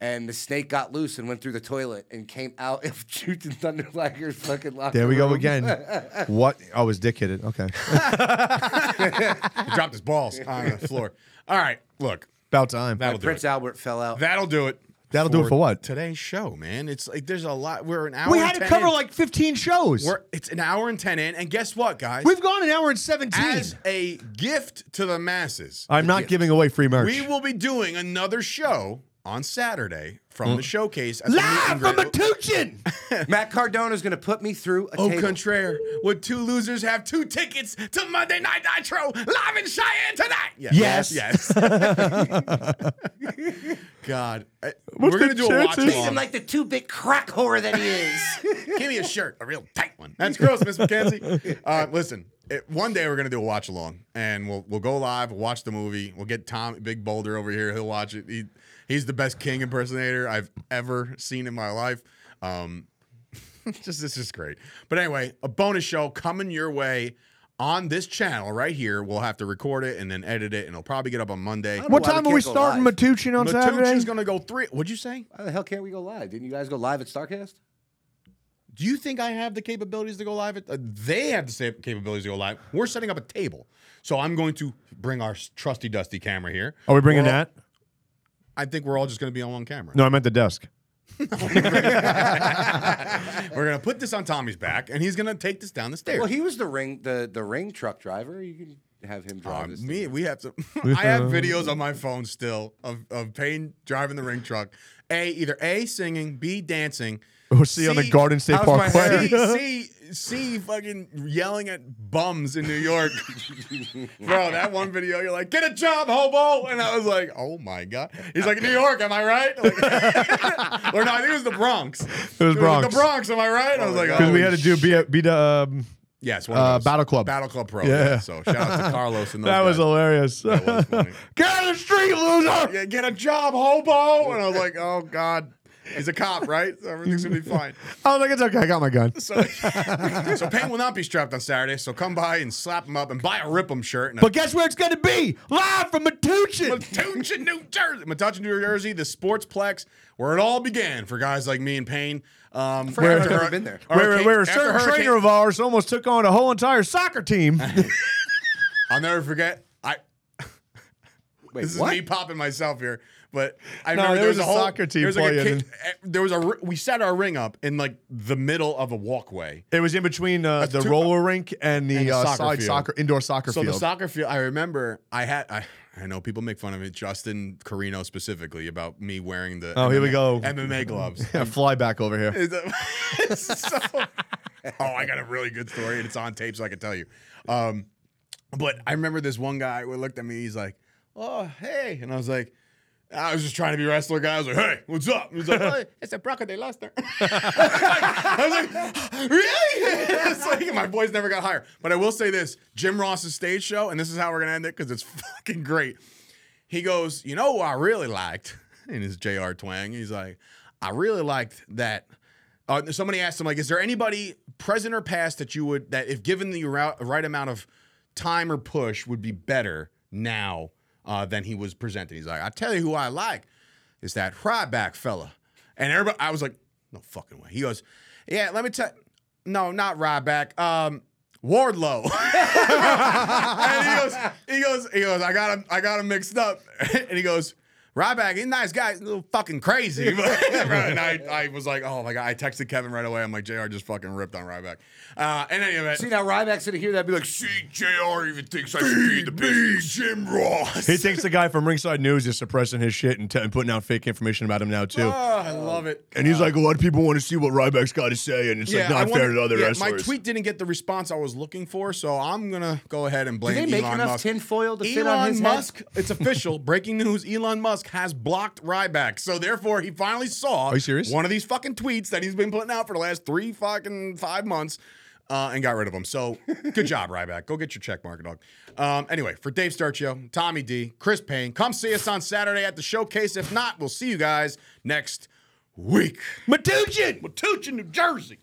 And the snake got loose and went through the toilet and came out of Juice and Thunder Liger's fucking locker.
There we go
room.
again. what? Oh, I was dickheaded. Okay.
He dropped his balls on the floor. All right. Look,
About time.
that'll do
Prince
it.
Albert fell out.
That'll do it.
That'll do it for what?
Today's show, man. It's like there's a lot. We're an hour.
We
and
had to
10
cover
in.
like 15 shows.
We're, it's an hour and ten in, and guess what, guys?
We've gone an hour and 17.
As a gift to the masses,
I'm not giving away free merch.
we will be doing another show on Saturday from the showcase at
Mm. Live
the
from Matuchin.
Matt Cardona's going to put me through a
Au
table.
contraire, would two losers have two tickets to Monday Night Nitro live in Cheyenne tonight?
Yes.
Yes. God. I-
What's
We're going to
the
do a watch
chances?
along.
I'm like the two bit crack whore that he is.
Give me a shirt, a real tight one. That's gross, Miss McKenzie. Uh, listen, it, one day we're gonna do a watch along, and we'll we'll go live, we'll watch the movie, we'll get Tom Big Boulder over here. He'll watch it. He he's the best King impersonator I've ever seen in my life. Um, just this is great. But anyway, a bonus show coming your way. On this channel right here, we'll have to record it and then edit it, and it'll probably get up on Monday.
I don't know
what
why
time
we
are we
can't go
starting
live.
Matuchin on
Matuchin's
Saturday?
gonna go three. What'd you say?
Why the hell can't we go live? Didn't you guys go live at Starcast?
Do you think I have the capabilities to go live? At, uh, they have the same capabilities to go live. We're setting up a table. So I'm going to bring our s- trusty dusty camera here.
Are we bringing
We're all-
that?
I think we're all just going to be on one camera.
No, I meant the desk.
We're going to put this on Tommy's back and he's going to take this down the stairs.
Well, he was the ring the the ring truck driver. You can have him drive
Um,
this.
me, we have to. I have videos on my phone still of, of Payne driving the ring truck. A, either A, singing, B, dancing.
We'll Oh, see you on the
C,
Garden State
how's my
Park.
hair?
see, see, see, fucking yelling at bums in New York, bro. That one video, you're like, "Get a job, hobo," and I was like, "Oh my god." He's like, "New York, am I right?" Like, or no, I think it was the Bronx. It was,
Bronx.
the Bronx, am I right? I was like,
Because
"Oh,
we had to do be, be the, um,
yes, one of
uh,
those.
Battle Club.
Battle Club Pro."
Yeah.
Yeah. So shout out to Carlos and those
that was
guys.
hilarious.
That was funny.
Get out of the street, loser!
yeah, get a job, hobo, and I was like, "Oh god." He's a cop, right? So everything's gonna be fine.
I was like, it's okay. I got my gun.
So, so Payne will not be strapped on Saturday. So come by and slap him up and buy a Rip 'em shirt. And a
But guess where it's going to be? Live from Matuchin.
Metuchen, New Jersey, Metuchen, New Jersey, the Sportsplex, where it all began for guys like me and Payne. Um,
Where-
after-
I've never been there.
Where,
Hurricane-
where a
after
certain
Hurricane-
trainer of ours almost took on a whole entire soccer team.
I'll never forget. I
Wait,
this is
what?
me popping myself here, but I
No,
remember
there was a
whole,
soccer team
There was, like a
playing.
kid, eh, there was a ri- we set our ring up in like the middle of a walkway.
It was in between uh, the
two-
roller rink and the,
and the
uh,
soccer
side
field.
soccer indoor soccer
So
field.
the soccer field, I remember I had I, I know people make fun of it, Justin Carino specifically about me wearing the
Oh, here we
MMA
go.
MMA gloves.
yeah, fly back over here.
Is that- so, oh, I got a really good story, and it's on tape, so I can tell you. Um, but I remember this one guy who looked at me. He's like, "Oh, hey," and I was like, "I was just trying to be a wrestler guy." I was like, "Hey, what's up?" He's like, "Oh, "It's a Bronco de Luster." I was like, "Really?" it's like my voice never got higher. But I will say this: Jim Ross's stage show, and this is how we're gonna end it because it's fucking great he goes, you know what I really liked in his JR twang. He's like, I really liked that. Uh, somebody asked him, like, is there anybody present or past that you would that if given the rou- right amount of time or push would be better now uh, than he was presented? He's like, I tell you who I like is that Ryback fella. And everybody, I was like, no fucking way. He goes, yeah, let me tell. No, not Ryback. Um, Wardlow. and he goes, he goes, he goes, I got him, I got him mixed up. and he goes, Ryback, he's a nice guy, he's a little fucking crazy. and I, I was like, oh my god, I texted Kevin right away. I'm like, JR just fucking ripped on Ryback. Uh, in any event,
See now Ryback's gonna hear that and be like, "Shh."
JR even thinks I should be in the business. Jim Ross.
He thinks the guy from Ringside News is suppressing his shit and, t- and putting out fake information about him now too.
Oh, I love it.
and he's like, a lot of people want to see what Ryback's got to say, and it's like
I
not fair
wonder-
to other
yeah,
wrestlers.
My tweet didn't get the response I was looking for, so I'm gonna go ahead and
Do
blame
they make
Elon
enough
Musk.
tinfoil to fit on
Elon
his
Musk, it's official. Breaking news: Elon Musk has blocked Ryback, so therefore he finally saw.
Are you serious?
One of these fucking tweets that he's been putting out for the last three fucking five months. uh, and got rid of him. So good job, Ryback. Go get your check mark, dog. Um, anyway, for Dave Starchio, Tommy D, Chris Payne, come see us on Saturday at the showcase. If not, we'll see you guys next week.
Matuchin!
Matuchin, New Jersey.